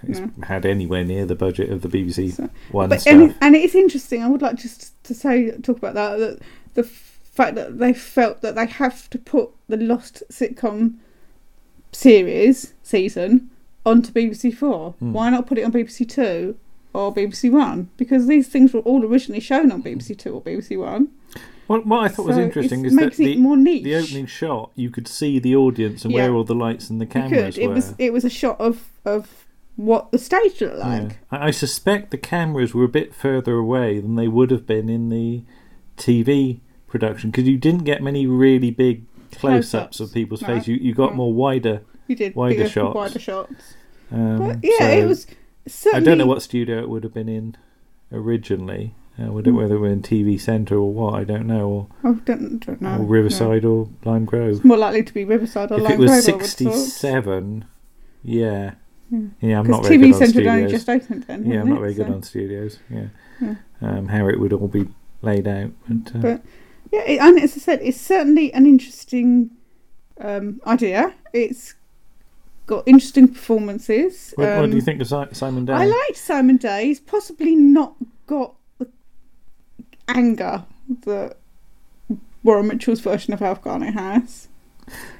it's No. had anywhere near the budget of the BBC So- One But stuff. and, it- and it's interesting. I would like just to say talk about that that the f- fact that they felt that they have to put the lost sitcom series season onto BBC Four. Hmm. Why not put it on BBC Two or BBC One? Because these things were all originally shown on BBC Two or BBC One. what, what I thought was So interesting it is that makes it the, more niche. the opening shot you could see the audience and where Yeah. all the lights and the You cameras could. It were. was it was a shot of of what the stage looked Yeah. like. I, I suspect the cameras were a bit further away than they would have been in the TV production because you didn't get many really big close-ups Close-ups. of people's No. Mm. face. You you got No. more wider. You did Wider bigger, shots. wider shots. Um, But yeah, so it was I certainly. don't know what studio it would have been in originally. Uh, would it, Mm. whether it were in TV Centre or what, I don't know, or, I don't, don't know. or no. Riverside or Lime Grove. It's more likely to be Riverside or if Lime it was Grove. I would have thought. sixty-seven, yeah, Yeah. yeah, I'm not Because very TV good on Centre had only studios. just opened then. yeah, I'm hadn't not it? very good So- on studios. Yeah, Yeah. Um, how it would all be laid out, but, uh, But Yeah, it, and as I said, it's certainly an interesting um, idea. It's got interesting performances. What, what do you Um, think of Si- Simon Day? I liked Simon Day. He's possibly not got the anger that Warren Mitchell's version of Alf Garnett has.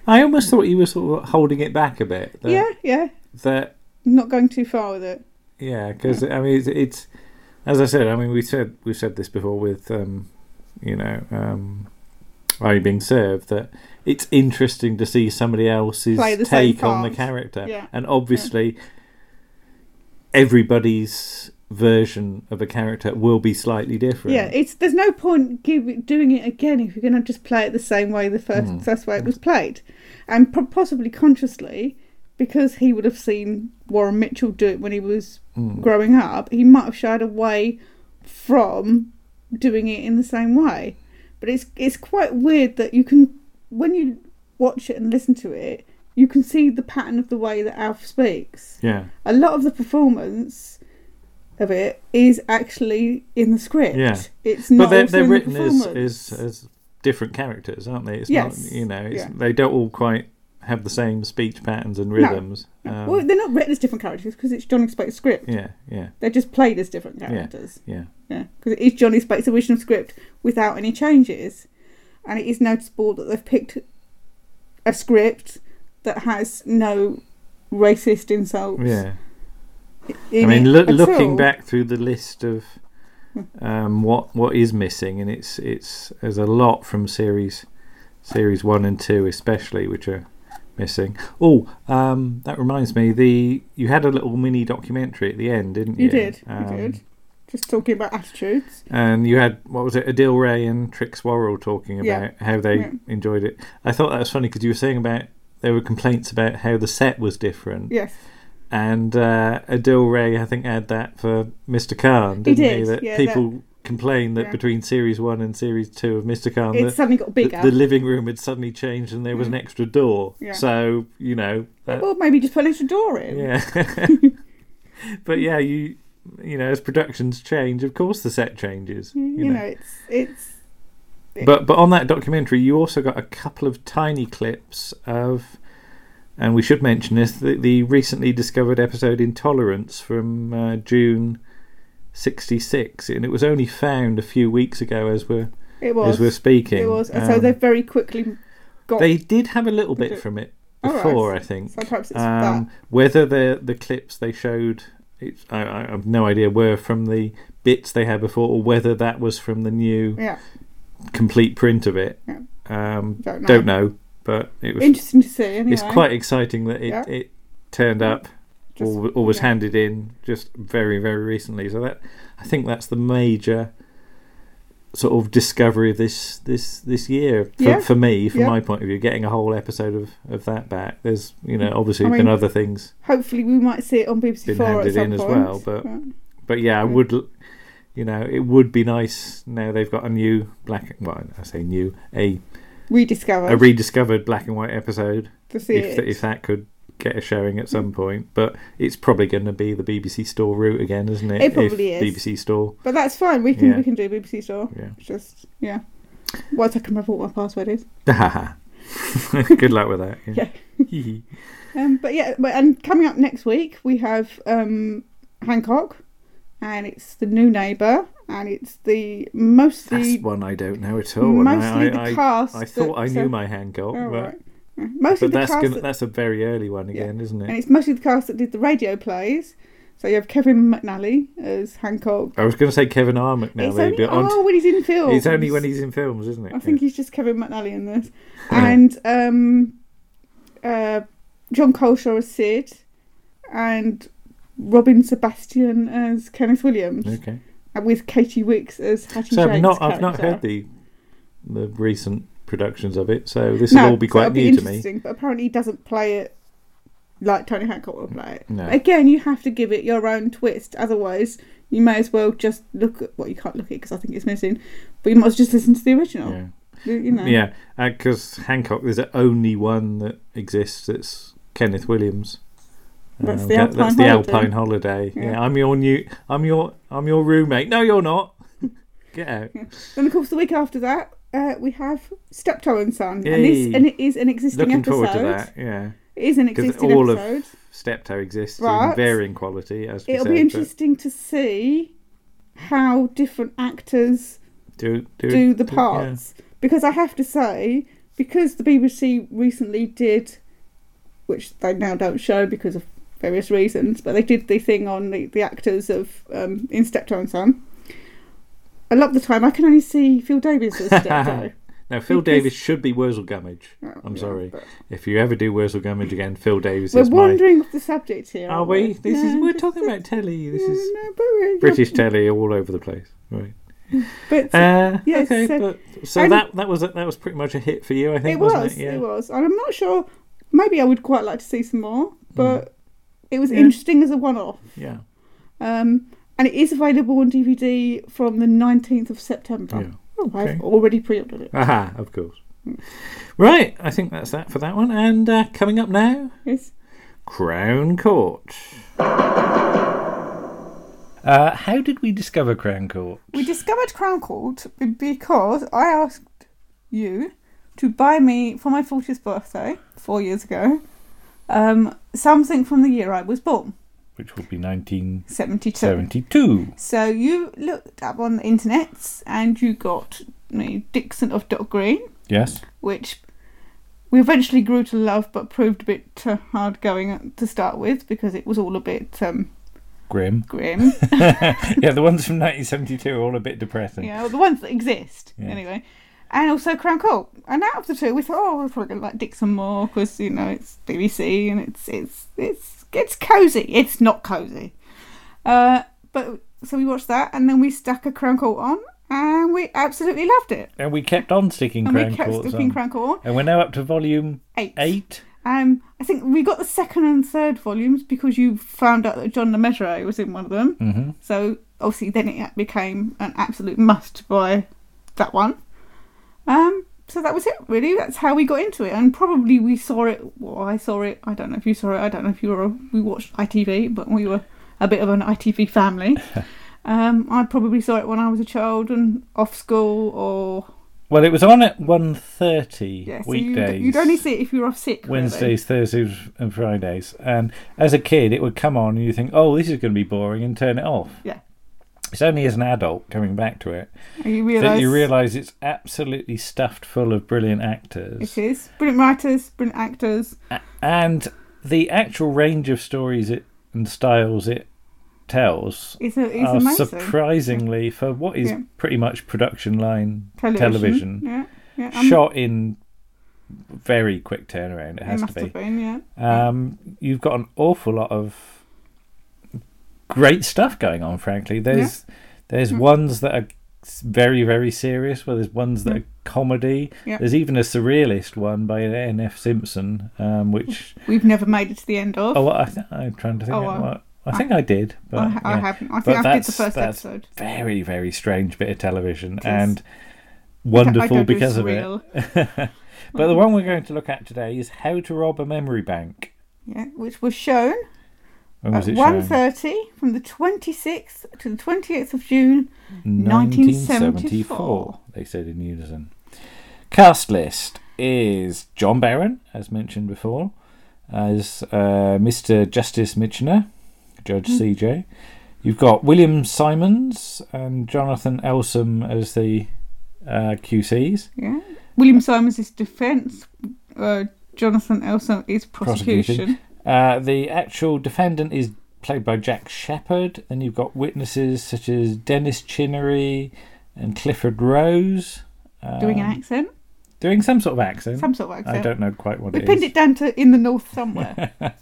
I almost thought you were sort of holding it back a bit. That, yeah, yeah. That Not going too far with it. yeah, because I mean it's, it's as I said. I mean we said we've said this before with um, you know um, are you being served that it's interesting to see somebody else's Play the same take on the part. character, Yeah. and obviously everybody's version of a character will be slightly different. Yeah, it's there's no point give, doing it again if you're going to just play it the same way the first Mm. first way it was played, and pro- possibly consciously because he would have seen Warren Mitchell do it when he was Mm. growing up. He might have shied away from doing it in the same way, but it's it's quite weird that you can when you watch it and listen to it, you can see the pattern of the way that Alf speaks yeah, a lot of the performance of it is actually in the script. Yeah. It's not but they're, also they're in the written as, performance. as as different characters, aren't they? It's Yes. not you know it's, Yeah. they don't all quite have the same speech patterns and rhythms. Um, well, they're not written as different characters because it's Johnny Spate's script. yeah, yeah, They're just played as different Yeah. characters. yeah. Yeah, because it is Johnny Spate's original script without any changes, and it is noticeable that they've picked a script that has no racist insults. Yeah, in I mean, it look, at looking all. back through the list [laughs] of um, what what is missing, and it's it's there's a lot from series series one and two, especially, which are missing. Oh, um, that reminds me, the you had a little mini documentary at the end, didn't you? you did, Um, you did. Just talking about attitudes. And you had what was it, Adil Ray and Trix Worrell talking about Yeah. how they Yeah. enjoyed it. I thought that was funny because you were saying about there were complaints about how the set was different, Yes. and uh, Adil Ray I think had that for Mr. Khan, He didn't he? did, That yeah, people complained that yeah. between series one and series two of Mr. Khan, It that suddenly got Um, the, bigger. the living room had suddenly changed and there was an extra door. Mm. Yeah. So you know, that, Well, maybe just put an extra door in. yeah. [laughs] [laughs] but yeah, you you know, as productions change, of course the set changes. You, you know, it's it's But but on that documentary, you also got a couple of tiny clips of, and we should mention this, the, the recently discovered episode Intolerance from uh, June '66, and it was only found a few weeks ago as we're it was as we're speaking. it was. so Um, they very quickly got. they did have a little bit Okay. from it All right. before, I think. so perhaps it's Um, whether the the clips they showed, it's, I, I have no idea, were from the bits they had before, or whether that was from the new that. Yeah, complete print of it. Yeah. Um, don't know. don't know, but it was. Interesting to see. Anyway, It's quite exciting that it, Yeah. it turned up Just- or, or was yeah. handed in just very very recently. So that I think that's the major sort of discovery of this this this year for, Yeah. for me from Yeah. my point of view. Getting a whole episode of of that back. There's you know obviously Mm. I been mean- other things Hopefully, we might see it on BBC Been Four handed at some in as point. well, but- but yeah, I Mm. would. l- You know, it would be nice now they've got a new black. Well, I say new, a rediscovered. a rediscovered black and white episode. to see Hmm. If it. if that could get a showing at some point, but it's probably going to be the BBC Store route again, isn't it? It probably if is. BBC Store. but that's fine. We can Yeah. we can do BBC Store. Yeah. It's Just yeah. Once I can remember what my password is. [laughs] Good luck with that. Yeah. Um, but yeah, but, and coming up next week we have um, Hancock, and it's the new neighbour, and it's [laughs] the mostly That's one I don't know at all. and mostly I, I, the cast. I, I thought I that's, knew uh, my Hancock, oh, but, right. Yeah. but Mostly the that's cast, gonna, that, that's a very early one Yeah. again, isn't and it? it's mostly the cast that did the radio plays. So you have Kevin McNally as Hancock. I was going to say Kevin R. McNally, it's only but on, oh when he's in [laughs] film. It's only when he's in films, isn't it? I think he's just Kevin McNally [laughs] in this, and um, uh, John Coleshaw as Sid, and Robin Sebastian as Kenneth Williams, Okay. and with Katie Wicks as Hattie. So I've Jane's not I've not character. heard the the recent productions of it, so this No, will all be so quite it'll new to me. interesting, But apparently, he doesn't play it like Tony Hancock Mm. will play it. No. Again, you have to give it your own twist. Otherwise, you may as well just look at well, you can't look at it because I think it's missing. But you might as well just listen to the original. Yeah, You- You [laughs] know. yeah, uh, because Hancock there's only one that exists. That's Kenneth Williams. That's Um, the that- that's Alpine the Holiday. Alpine Holiday. Yeah. Yeah. I'm your new, I'm your, I'm your roommate. No, you're not. Get out. [laughs] Then, of course, the week after that, uh, we have Steptoe and Son, and this Yay. and it is an existing Looking episode. forward to that. Yeah, It is an because existing all episode. of Steptoe exists But in varying quality, as we It'll said. be but interesting to see how different actors Do do, do the do- yeah. parts because I have to say because the BBC recently did, which they now don't show because of various reasons, but they did the thing on the, the actors of um, in Steptoe and Son. A lot of the time, I can only see Phil Davies as [laughs] Steptoe. Now Phil Because- Oh, Davis should be Wurzel Gummidge. I'm sorry. but- If you ever do Wurzel Gummidge again, Phil Davis We're is my. wandering off the subject here. Are aren't we? This is No, we're this talking is- about telly. This no, is no, but we're- British telly all over the place. Right. [laughs] But Uh, yes, okay, so- but, so and- that that was a, that was pretty much a hit for you, I think, it wasn't was. it? Yeah. It was. And I'm not sure. Maybe I would quite like to see some more, but it was Hmm. Yeah. interesting as a one-off. Yeah. Um, and it is available on DVD from the 19th of September. yeah. okay. I've already pre-ordered it. Aha, of course. Right, I think that's that for that one. And uh, coming up now, Yes. Crown Court. Uh, how did we discover Crown Court? We discovered Crown Court be- because I asked you to buy me for my 40th birthday four years ago um, something from the year I was born, Which would be 1972. 72. So you looked up on the internet and you got me Dixon of Dot Green, Yes. which we eventually grew to love but proved a bit uh, hard going to start with because it was all a bit um, [laughs] Grim. grim. yeah, the ones from 1972 are all a bit depressing. Yeah, well, the ones that exist Yeah. anyway. And also Crown Court. And out of the two, we thought, oh, we're probably going to like Dixon more because you know it's BBC and it's it's it's it's cozy. It's not cozy. Uh, but so we watched that, and then we stuck a Crown Court on, and we absolutely loved it. And we kept on sticking And Crown we kept Courts sticking on. Crown Court on and we're now up to volume eight. eight. Um, I think we got the second and third volumes because you found out that John Le Maître was in one of them. Mm-hmm. So obviously, then it became an absolute must buy that one. Um, so that was it, really. That's how we got into it, and probably we saw it. Well, I saw it. I don't know if you saw it. I don't know if you were. We watched ITV, but we were a bit of an ITV family. um, I probably saw it when I was a child and off school, or Well, it was on at 1.30 yeah. So you'd, weekdays. you'd only see it if you were off sick. really. Wednesdays, Thursdays, and Fridays. And as a kid, it would come on, and you think, "Oh, this is going to be boring," and turn it off. Yeah. It's only as an adult coming back to it And You that realise you realise it's absolutely stuffed full of brilliant actors, it is brilliant writers, brilliant actors. A- and the actual range of stories it and styles it tells It's, a, it's are amazing. surprisingly, for what is Yeah. pretty much production line television. Yeah, yeah. I'm- shot in very quick turnaround. It has must to be. have been, yeah. Um, you've got an awful lot of great stuff going on. Frankly, there's there's Mm. ones that are s- very very serious. Well, there's ones that Mm. are comedy. Yeah. There's even a surrealist one by N. F. Simpson, um, which We've never made it to the end of. oh, I th- I'm trying to think. Oh, of I- what- I, I- think I did, but I, I yeah. haven't. I But think I did the that's- first that's episode. very very strange bit of television Yes. [laughs] and I don't- I wonderful don't do because of it. surreal. [laughs] Mm-hmm. But the one we're going to look at today is how to rob a memory bank. Yeah, which was shown When was at it one shown? thirty from the twenty sixth to the twenty eighth of June. 1974. They said in unison. Cast list is John Barron, as mentioned before, as uh, Mr. Justice Michener, Judge CJ. You've got William Simons and Jonathan Elsom as the uh, QCs. Yeah, William Simons is defence. Uh, Jonathan Elson is prosecution. Uh, the actual defendant is played by Jack Shepherd. Then you've got witnesses such as Dennis Chinnery and Clifford Rose. Um, Doing an accent, Doing some sort of accent. some sort of I accent. don't know quite what We it pinned is. it down to in the north somewhere, [laughs]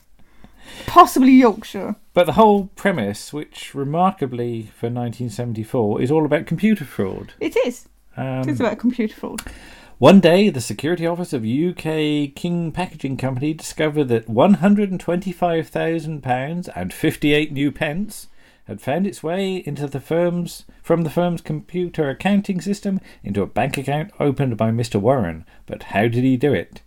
possibly Yorkshire. But the whole premise, which remarkably for 1974, is all about computer fraud. It is. Um, It is about computer fraud. One day, the security office of UK King Packaging Company discovered that £125,000 and 58 new pence had found its way into the firm's from the firm's computer accounting system into a bank account opened by Mr. Warren. But how did he do it?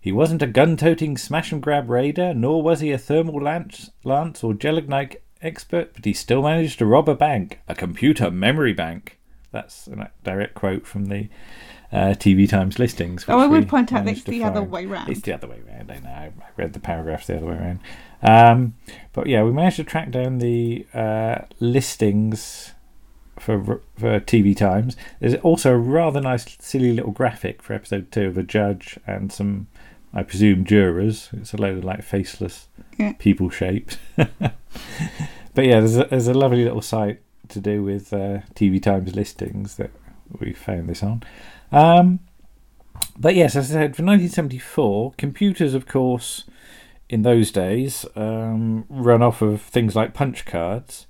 He wasn't a gun-toting smash-and-grab raider, nor was he a thermal lance, lance or gelignite expert, but he still managed to rob a bank, a computer memory bank. That's a direct quote from the uh, TV Times listings. Oh, which I we would point out that managed it's to the other find. way round. It's the other way around. I know. I read the paragraphs the other way around. Um, but yeah, we managed to track down the uh, listings for for TV Times. There's also a rather nice, silly little graphic for episode two of a judge and some, I presume, jurors. It's a load of like faceless Yeah. people shaped. but yeah, there's a, there's a lovely little site to do with uh, TV Times listings that we found this on. Um, but yes, as I said, for 1974, computers, of course, in those days, um, run off of things like punch cards.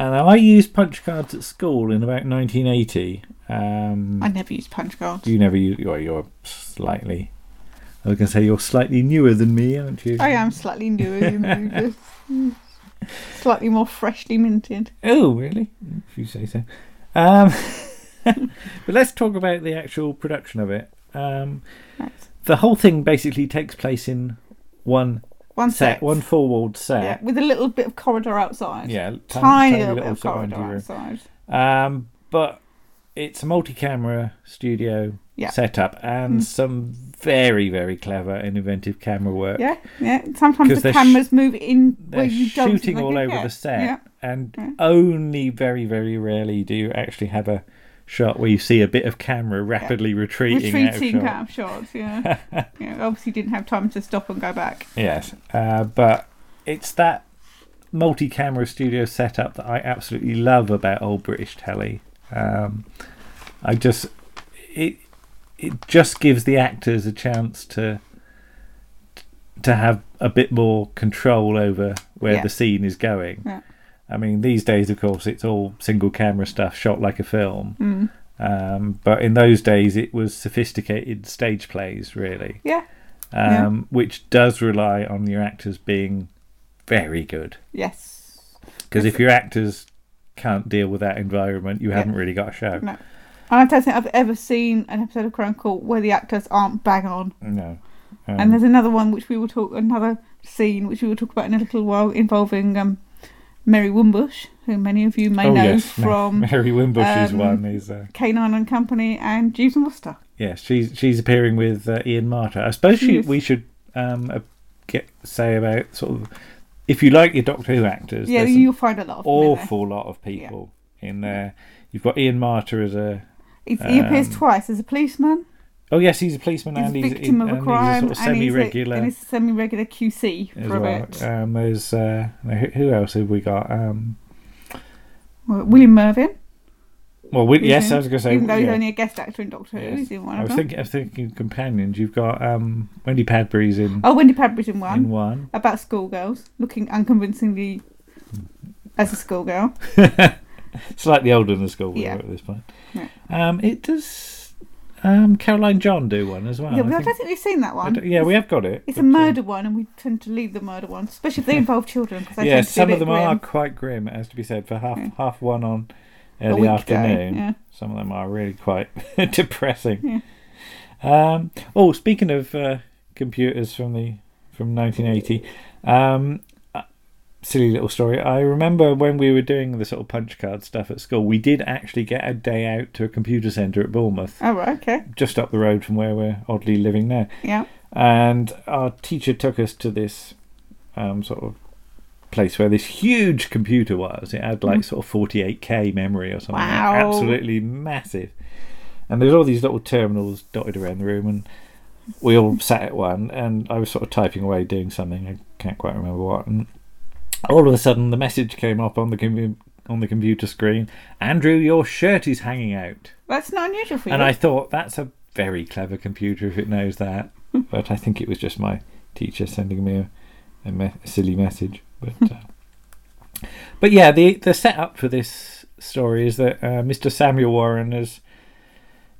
And I used punch cards at school in about 1980. Um, I never use punch cards. you never use, well, you're slightly, I was going to say you're slightly newer than me, aren't you? I am slightly newer than you, just, [laughs] mm, slightly more freshly minted. Oh, really? If you say so. Um, [laughs] but let's talk about the actual production of it. Um, Right. the whole thing basically takes place in one One set, sec. one four-walled yeah, set. with a little bit of corridor outside. Yeah, tiny, little, bit little of sort of corridor empty room. outside. Um, but it's a multi-camera studio Yeah. setup and Mm. some very, very clever and inventive camera work. Yeah, yeah. Sometimes 'Cause the Uh, they're sh- cameras move in where They're you don't. think shooting they all could over get. the set, Yeah, and Yeah. only very, very rarely do you actually have a shot where you see a bit of camera rapidly retreating. out of retreating shot. out of [laughs] shots. Yeah, yeah. Obviously, didn't have time to stop and go back. Yes, uh, but it's that multi-camera studio setup that I absolutely love about old British telly. Um, I just it it just gives the actors a chance to to have a bit more control over where Yeah. the scene is going. Yeah. I mean, these days, of course, it's all single camera stuff shot like a film. Mm. Um, but in those days, it was sophisticated stage plays, really. Yeah. Yeah. Um, Which does rely on your actors being very good. Yes. Because if your actors can't deal with that environment, you Yeah. haven't really got a show. No. And I don't think I've ever seen an episode of Crown Court where the actors aren't bang on. No. Um, And there's another one which we will talk, another scene which we will talk about in a little while involving um, Mary Wimbush, who many of you may oh, know yes. [laughs] from Mary Wimbush's um, one is. Uh, Canine and Company and Jeeves and Worcester. yes, she's, she's appearing with uh, Ian Marta. I suppose she, Yes. we should um, uh, get, say about sort of. If you like your Doctor Who actors, Yeah, there's you'll find a lot of them in there. awful lot of people in there. You've got Ian Marta as a It's, he appears Um, twice as a policeman, oh yes, he's a policeman he's a and he's, victim of and a crime, he's a sort of and he's a, semi-regular and he's a semi-regular QC as for a well. bit. Um, there's uh, now who who else have we got? Um, Well, William Mervyn, well, we, He's yes, in- I was going to say. even though he's yeah. only a guest actor in Doctor Who, Yes. he's in one I was of them. thinking, I was thinking companions. You've got um, Wendy Padbury's in Oh, Wendy Padbury's in one. in one. about schoolgirls looking unconvincingly as a schoolgirl. Slightly older than the school we Yeah. were at this point. Yeah. Um, it does. Um, Caroline John do one as well. yeah, I but I think- don't think we've seen that I one. don't- yeah, we have got it. It's a but, um, murder one, and we tend to leave the murder one, especially if they involve children. Cause they yeah, tend to be a some of bit them are grim. quite grim, it has to be said. For half Yeah. half one on A early weekday, afternoon, Yeah. some of them are really quite [laughs] depressing. Um, oh, speaking of uh, computers from the from 1980, um, uh, silly little story. I remember when we were doing the sort of punch card stuff at school, we did actually get a day out to a computer centre at Bournemouth, Oh, right, okay. just up the road from where we're oddly living now Yeah. and our teacher took us to this um, sort of place where this huge computer was. It had like sort of 48k memory or something, Wow. absolutely massive. And there's all these little terminals dotted around the room, and we all sat at one. And I was sort of typing away, doing something. I can't quite remember what. And all of a sudden, the message came up on the com- on the computer screen: "Andrew, your shirt is hanging out." That's not unusual for you. And I thought that's a very clever computer if it knows that. Hmm. but I think it was just my teacher sending me a, a, me- a silly message. Hmm. But uh, but yeah, the the setup for this story is that uh, Mr. Samuel Warren is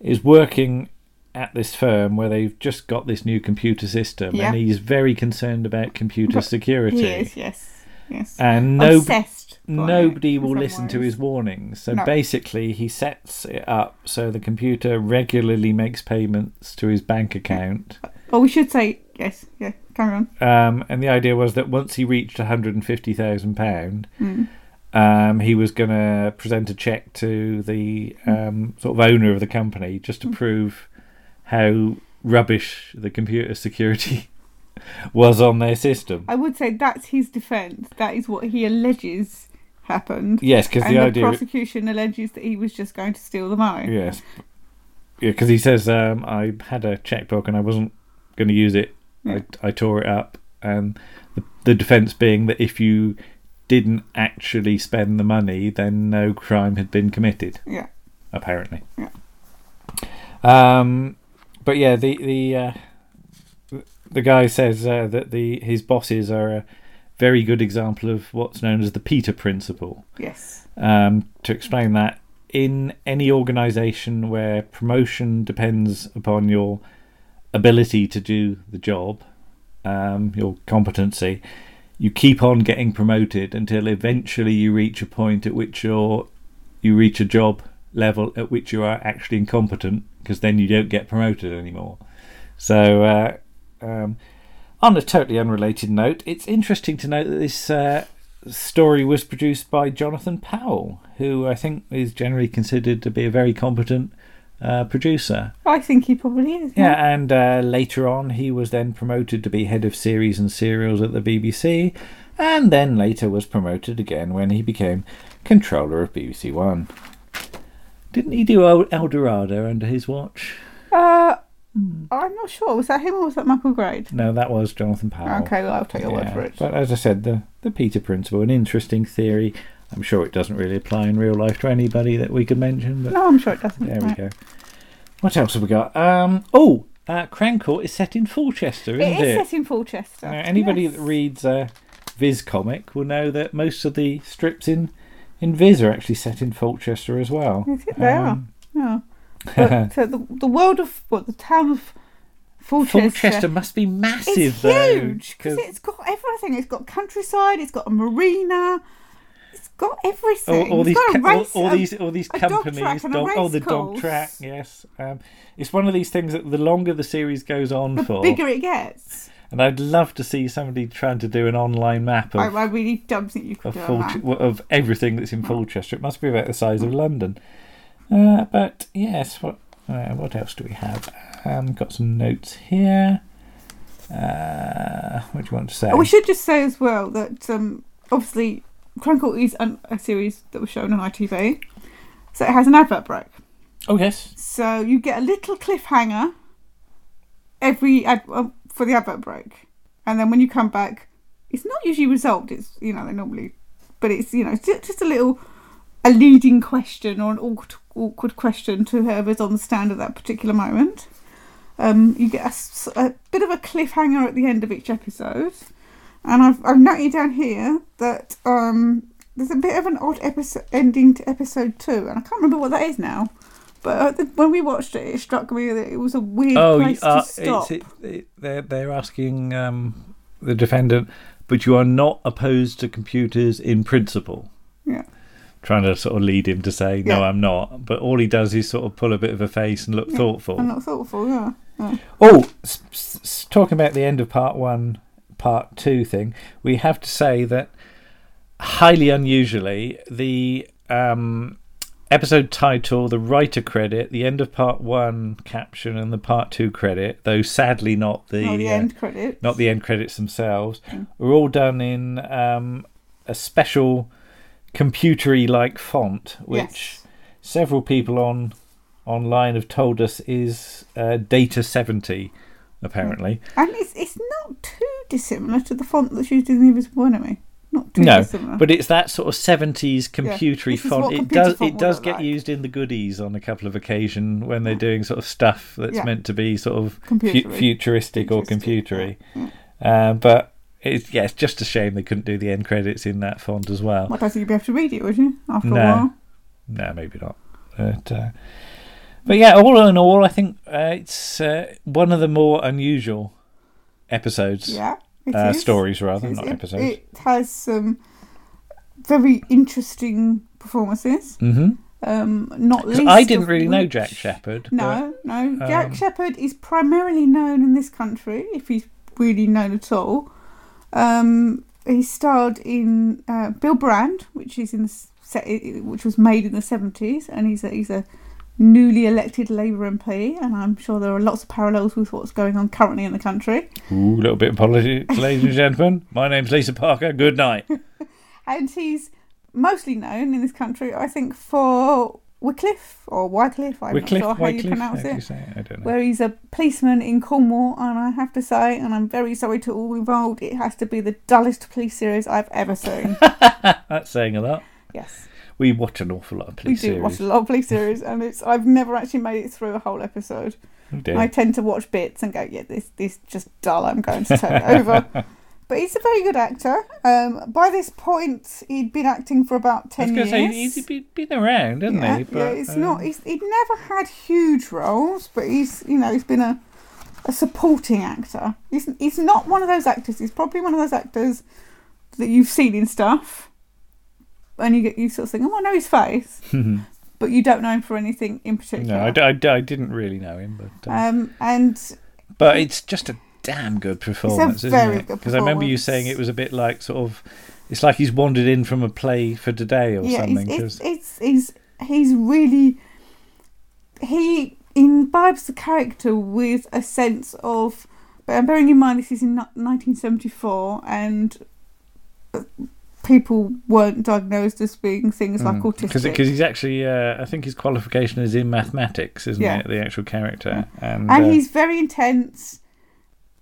is working at this firm where they've just got this new computer system, Yeah. and he's very concerned about computer But security. He is, yes. Yes. And no, Obsessed. by it nobody in will some listen to ways. his warnings. So No. basically, he sets it up so the computer regularly makes payments to his bank account. Or we should say, yes, yeah, carry on. Um, and the idea was that once he reached £150,000, Mm. um, he was going to present a check to the um, sort of owner of the company just to prove how rubbish the computer [laughs] security was on their system. I would say that's his defence. That is what he alleges happened. Yes, because and the the, idea. prosecution alleges that he was just going to steal the money. Yes. Yeah, because he says, um, I had a checkbook and I wasn't going to use it. Yeah. I, I tore it up. And the, the defense being that if you didn't actually spend the money, then no crime had been committed, Yeah. apparently. Yeah. Um, but yeah, the the uh, the guy says uh, that the his bosses are a very good example of what's known as the Peter principle, Yes. um, to explain that in any organization where promotion depends upon your ability to do the job, um, your competency, you keep on getting promoted until eventually you reach a point at which you're, you reach a job level at which you are actually incompetent because then you don't get promoted anymore. So, uh, um, on a totally unrelated note, it's interesting to note that this uh, story was produced by Jonathan Powell, who I think is generally considered to be a very competent uh, producer. I think he probably is. Yeah, and uh, later on, he was then promoted to be head of series and serials at the BBC, and then later was promoted again when he became controller of BBC One. Didn't he do El El Dorado under his watch? Uh, I'm not sure. Was that him or was that Michael Grade? No, that was Jonathan Powell. Okay, well, I'll take your Oh. word Yeah, for it. But as I said, the, the Peter principle, an interesting theory. I'm sure it doesn't really apply in real life to anybody that we could mention, but No, I'm sure it doesn't. there we Right. go. What else have we got? Um, oh, uh, Crancourt is set in Fulchester, isn't it? It is set in Fulchester. Now, anybody Yes. that reads uh, Viz comic will know that most of the strips in in Viz are actually set in Fulchester as well. Is it? They are. Um, [laughs] Yeah. But, so the, the world of what the town of Fulchester, Fulchester must be massive, is though, huge 'cause- because it's got everything. It's got countryside. It's got a marina. It's got everything. All, all these, it's got co- a race. all, all a- these, all these a dog track companies. and a dog- oh, race the dog course. track. Yes, um, it's one of these things that the longer the series goes on the for, bigger it gets. and I'd love to see somebody trying to do an online map I, of I really don't think you could of, do Fulch- that. Mm. w- of everything that's in Fulchester. It must be about the size of London. Uh, but yes, what uh, what else do we have? Um, got some notes here. Uh, what do you want to say? Oh, we should just say as well that um, obviously Crankle is an, a series that was shown on ITV, so it has an advert break. oh yes, So you get a little cliffhanger every ad- uh, for the advert break, and then when you come back, it's not usually resolved. It's you know they normally, but it's you know it's ju- just a little a leading question or an awkward, awkward question to whoever's on the stand at that particular moment. Um, you get a s- a, bit of a cliffhanger at the end of each episode, and I've I've noted down here that um, there's a bit of an odd episode ending to episode two, and I can't remember what that is now. But uh, the, when we watched it, it struck me that it was a weird Oh, place uh, to stop. It's, it, it, they're, they're asking um, the defendant, but you are not opposed to computers in principle. Yeah. Trying to sort of lead him to say, no, Yeah. I'm not. But all he does is sort of pull a bit of a face and look Yeah, thoughtful. I'm not thoughtful, yeah. yeah. Oh, s- s- s- talking about the end of part one, part two thing, we have to say that highly unusually, the um, episode title, the writer credit, the end of part one caption, and the part two credit, though sadly not the, Not Oh, the uh, end credits. not the end credits themselves, were all done in um, a special computery like font, which Yes. several people on online have told us is uh, Data 70, apparently. And it's, it's not too dissimilar to the font that's used in the Invisible Enemy. Not too No, dissimilar. but it's that sort of 70s computery this is font. what It computer does font it would does look get like. used in the goodies on a couple of occasions when they're doing sort of stuff that's Yeah. meant to be sort of fu- Computery. futuristic or computery. Futuristic, yeah, Hmm. Uh, but it's yeah, it's just a shame they couldn't do the end credits in that font as well. Well, I don't think you'd be able to read it, would you? After No. a while. No, maybe not. But uh, but yeah, all in all, I think uh, it's uh, one of the more unusual episodes, Yeah. it uh, is. stories rather, It is. not It- episodes. It has some very interesting performances. hmm Um, not least. I didn't of really know which- Jack Shepherd. No, no. um, Jack Shepherd is primarily known in this country, if he's really known at all, um, he starred in uh, Bill Brand, which is in the set, which was made in the seventies, and he's a he's a newly elected Labour MP, and I'm sure there are lots of parallels with what's going on currently in the country. Ooh, a little bit of politics, ladies and gentlemen. My name's Lisa Parker. Good night. And he's mostly known in this country, I think, for Wycliffe or Wycliffe. I'm Wycliffe, not sure how Wycliffe, you pronounce do you it. say it? I don't know. where he's a policeman in Cornwall, and I have to say, and I'm very sorry to all involved, it has to be the dullest police series I've [laughs] ever seen. That's saying a lot. yes, We watch an awful lot of we police do watch series. a lot of police series, and it's I've never actually made it through a whole episode. We do. I tend to watch bits and go, yeah, this this just dull. I'm going [laughs] to turn it over. But he's a very good actor. Um, by this point, he'd been acting for about I was ten going years. to say he's been, been around, hasn't yeah, he? um, yeah, it's not. He's, he'd never had huge roles, but he's you know he's been a, a supporting actor. He's he's not one of those actors. He's probably one of those actors that you've seen in stuff, and you get you sort of think, oh, I know his face, um, but you don't know him for anything in particular. [laughs] no, I, d- I d- I didn't really know him, but uh, Um, and but it's just a damn good performance, isn't very it? good Because I remember you performance. saying it was a bit like sort of, it's like he's wandered in from a play for today or yeah, something. it's, 'cause- it's it's he's he's really he imbibes the character with a sense of. But I'm bearing in mind this is in ni- 1974, and uh, people weren't diagnosed as being things like Mm. autistic. Cause, 'cause he's actually, uh, I think his qualification is in mathematics, isn't Yeah. it? The actual character. And, and uh, he's very intense,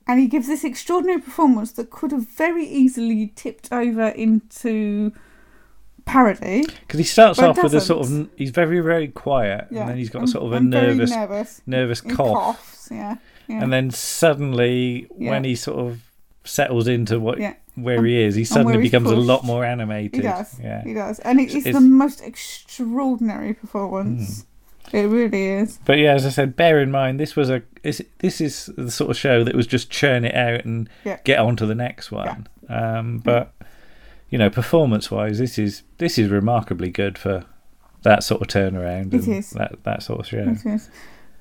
and he gives this extraordinary performance that could have very easily tipped over into parody. Because he starts Well, it off with a sort of, doesn't. he's very, very quiet, Yeah, and then he's got I'm- sort of a I'm very nervous, nervous, nervous He cough, coughs, yeah, yeah. and then suddenly, Yeah. when he sort of settles into what Yeah. where And- he is, he where suddenly he's becomes a pushed. lot more animated. He does. Yeah. He does. And it It's- is it's- the most extraordinary performance. Hmm. It really is. But yeah, as I said, bear in mind this was a this, this is the sort of show that was just churn it out and Yeah. get on to the next one. Um, but you know, performance wise, this is this is remarkably good for that sort of turnaround. It and is. that that sort of show. It is.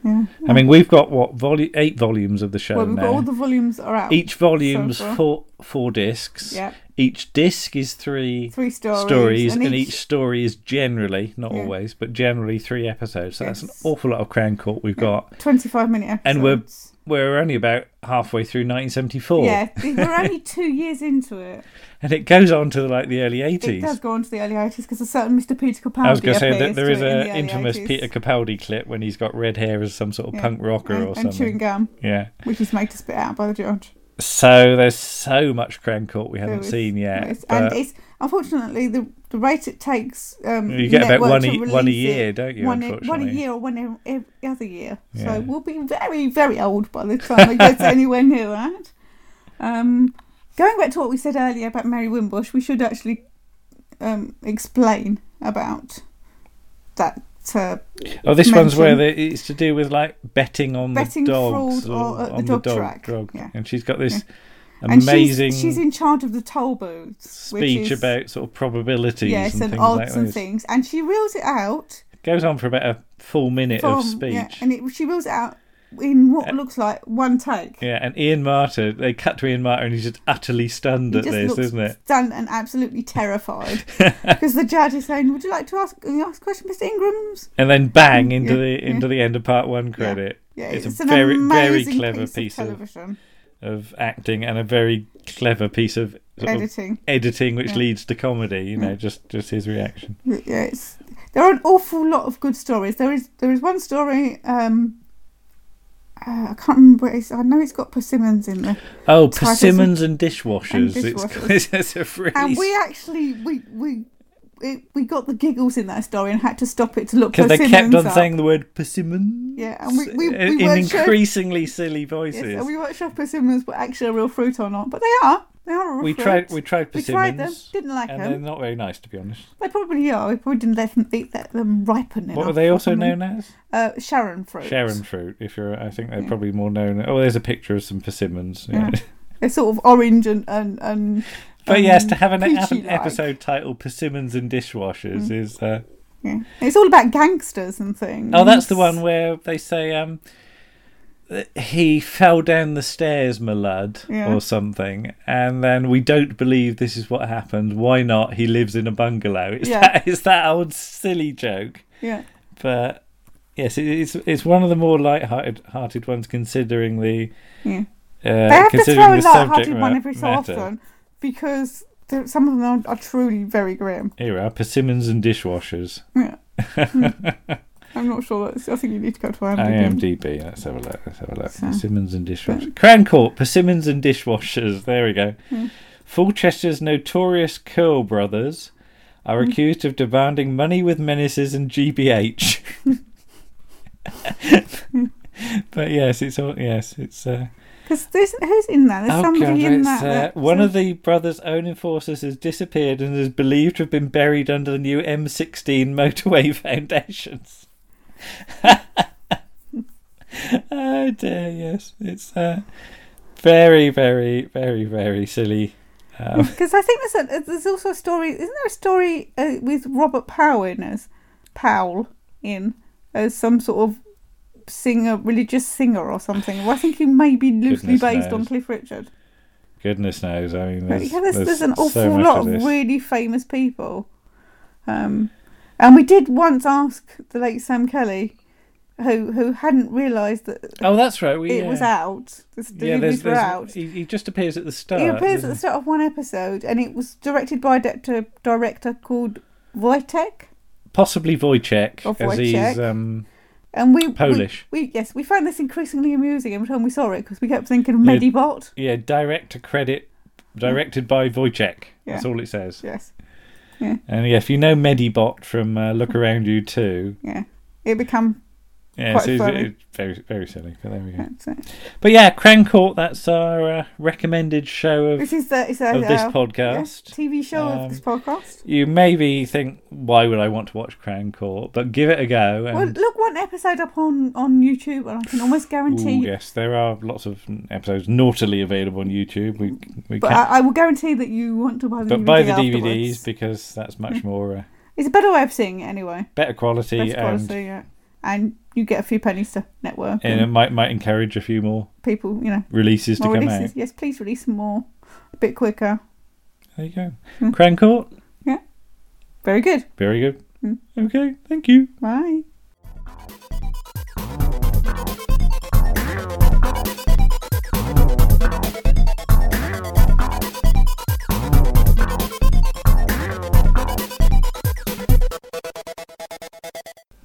Yeah. I mean, we've got what volu- eight volumes of the show well, we've got now. all the volumes are out. each volume's so far. four four discs. yeah. Each disc is three Three stories. stories, and, each, story is generally not Yeah. always, but generally three episodes. So that's Yes. an awful lot of Crown Court we've got. twenty-five minute episodes. And we're- We're only about halfway through 1974, Yeah, we're [laughs] only two years into it. and it goes on to like the early It does 80s. go on to the early eighties because a certain Mr. Peter Capaldi. I was going to say that appears there to is it in an the early infamous 80s. Peter Capaldi clip when he's got red hair as some sort of Yeah. punk rocker and, or and something. chewing gum, Yeah. which is made to spit out by the judge. So there's so much Crown Court we haven't There is- seen yet. there is- but and it's unfortunately the the rate it takes. Um, you get about network one to a, one a release it year, don't you? one, e- unfortunately. one a year or one e-, ev- every other year. Yeah. So we'll be very, very old by the time [laughs] it gets anywhere near that. Um, going back to what we said earlier about Mary Wimbush, we should actually um, explain about that uh, Oh, this one's mention. where the, it's to do with like betting on Betting the dogs fraud or at the on dog the dog, track. drug. Yeah. and she's got this and she's- amazing She's, in charge of the toll booths, which speech is- about sort of probabilities yes and, and, things odds like and this. things, and she reels it out. It goes on for about a full minute of speech. yeah, and it, she reels it out in what Uh, looks like one take. Yeah, and Ian Martyr, they cut to Ian Martyr and he's just utterly stunned He at just this, looks isn't it? stunned and absolutely [laughs] terrified because the judge is saying, "Would you like to ask you ask a question, Mr. Ingram's?" And then bang into Yeah, the yeah. into the end of part one credit Yeah, It's it's, a an very- very amazing clever piece, piece of of television of acting and a very clever piece of, sort of editing. editing which Yeah. leads to comedy. You know, Yeah. just just his reaction. Yeah, it's, there are an awful lot of good stories. There is there is one story. Um, uh, I can't remember. What it's, I know it's got persimmons in there, Oh, Titles and- persimmons and dishwashers. It's- [laughs] It's, dishwashers. a really and we actually we we. It, we got the giggles in that story and had to stop it to look Because persimmons they kept on up. saying the word persimmon. Yeah, and we- we- we in weren't sure- increasingly silly Yes, voices. and we weren't sure if persimmons were actually a real fruit or not, but they are. They are a real we fruit. tried. We tried We persimmons. tried them, didn't like and them. they're not very nice, to be honest. They probably are. We probably didn't let them, eat, let them ripen enough. What are they or also something. known as? Uh, Sharon fruit. Sharon fruit. If you're, I think they're Yeah. probably more known. Oh, there's a picture of some persimmons. Yeah. [laughs] They're sort of orange and and, and [laughs] but um, yes, to have an, have an peachy-like. episode titled "Persimmons and Mm. Dishwashers" is. Uh, yeah. It's all about gangsters and things. oh, that's the one where they say. Um, he fell down the stairs, my lad, Yeah. or something, and then we don't believe this is what happened. Why not? He lives in a bungalow. It's Yeah. that it's that old silly joke. Yeah. But yes, it, it's it's one of the more light-hearted hearted ones, considering the Yeah. uh, They have to considering throw a the subject light-hearted one ma- every so matter. often because there, some of them are, are truly very grim. Here are persimmons and dishwashers. Yeah. I'm not sure that's. I think you need to go to IMDb. IMDb. Let's have a look. Let's have a look. So- Persimmons and dishwashers. Crown Court. Persimmons and dishwashers. There we go. Hmm. Fulchester's notorious Curl brothers are Hmm. accused of demanding money with menaces and [laughs] GBH. [laughs] but yes, it's all yes, it's. Uh, Because who's in that? There's oh somebody god, in it's, that. uh, that one of the brothers' own enforcers has disappeared and is believed to have been buried under the new M16 motorway [laughs] foundations. [laughs] oh dear, yes, it's uh, very, very, very, very silly. [laughs] Um, Because I think there's a, there's also a story. Isn't there a story uh, with Robert Powell in as Powell in as some sort of singer, religious singer or something? Well, I think he may be loosely Goodness based on knows. Cliff Richard. goodness knows, I mean, But there's, yeah, there's, there's there's, an so awful much lot of this. really famous people. Um, and we did once ask the late Sam Kelly, who who hadn't realised that Oh, that's right. We, it was yeah. out. The Yeah, deliveries there's, were out. there's, he, he just appears at the start. It appears doesn't at the start of one episode, and it was directed by a director, director called Wojtek, he? Possibly Wojciech, Or as he's Oh, Wojciech. um, and we we- Polish. We, yes, we found this increasingly amusing every time we saw it because we kept thinking of Yeah. Medibot. Yeah, director credit directed by Wojciech. That's all it says. Yes, And yeah, if you know Medibot from uh, Look Around You Too, yeah, it become yeah, Quite so it's, funny. it's very very silly. But there we go. that's it. But yeah, Crown Court. That's our uh, recommended show of This is the it's a, of this um, uh, yeah, podcast. TV show of this podcast. You maybe think, why would I want to watch Crown Court? But give it a go. And, Well, look one episode up on on YouTube, and I can almost guarantee. Ooh, yes, there are lots of episodes naughtily available on YouTube. We we But can, I, I will guarantee that you want to buy the but DVD buy the afterwards. DVDs because that's much more uh, It's a better way of seeing it anyway. better quality, Better quality, and, yeah. And you get a few pennies to network. and it and might might encourage a few more people, you know, releases to Mm. more come releases. out. Yes, please release more, a bit quicker. There you go. Hmm. Crown Court. Very good. Very good. Hmm. Okay, thank you. Bye.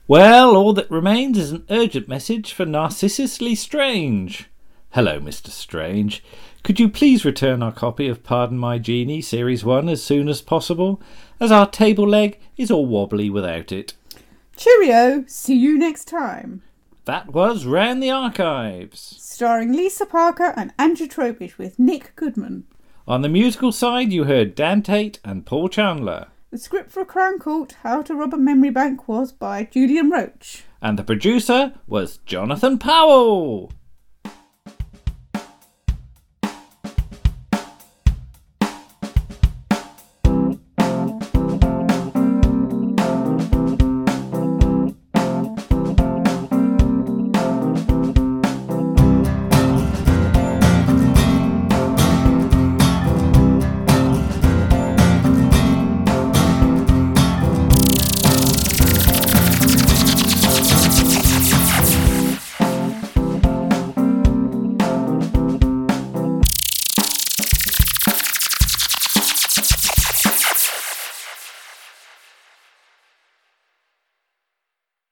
Well, all that remains is an urgent message for Narcissusly Strange. Hello, Mr. Strange. Could you please return our copy of Pardon My Genie Series 1 as soon as possible, as our table leg is all wobbly without it? Cheerio. See you next time. That was Round the Archives. Starring Lisa Parker and Andrew Tropish with Nick Goodman. On the musical side, you heard Dan Tate and Paul Chandler, The script for Crown Court, How to Rob a Memory Bank was by Julian Roach. and the producer was Jonathan Powell.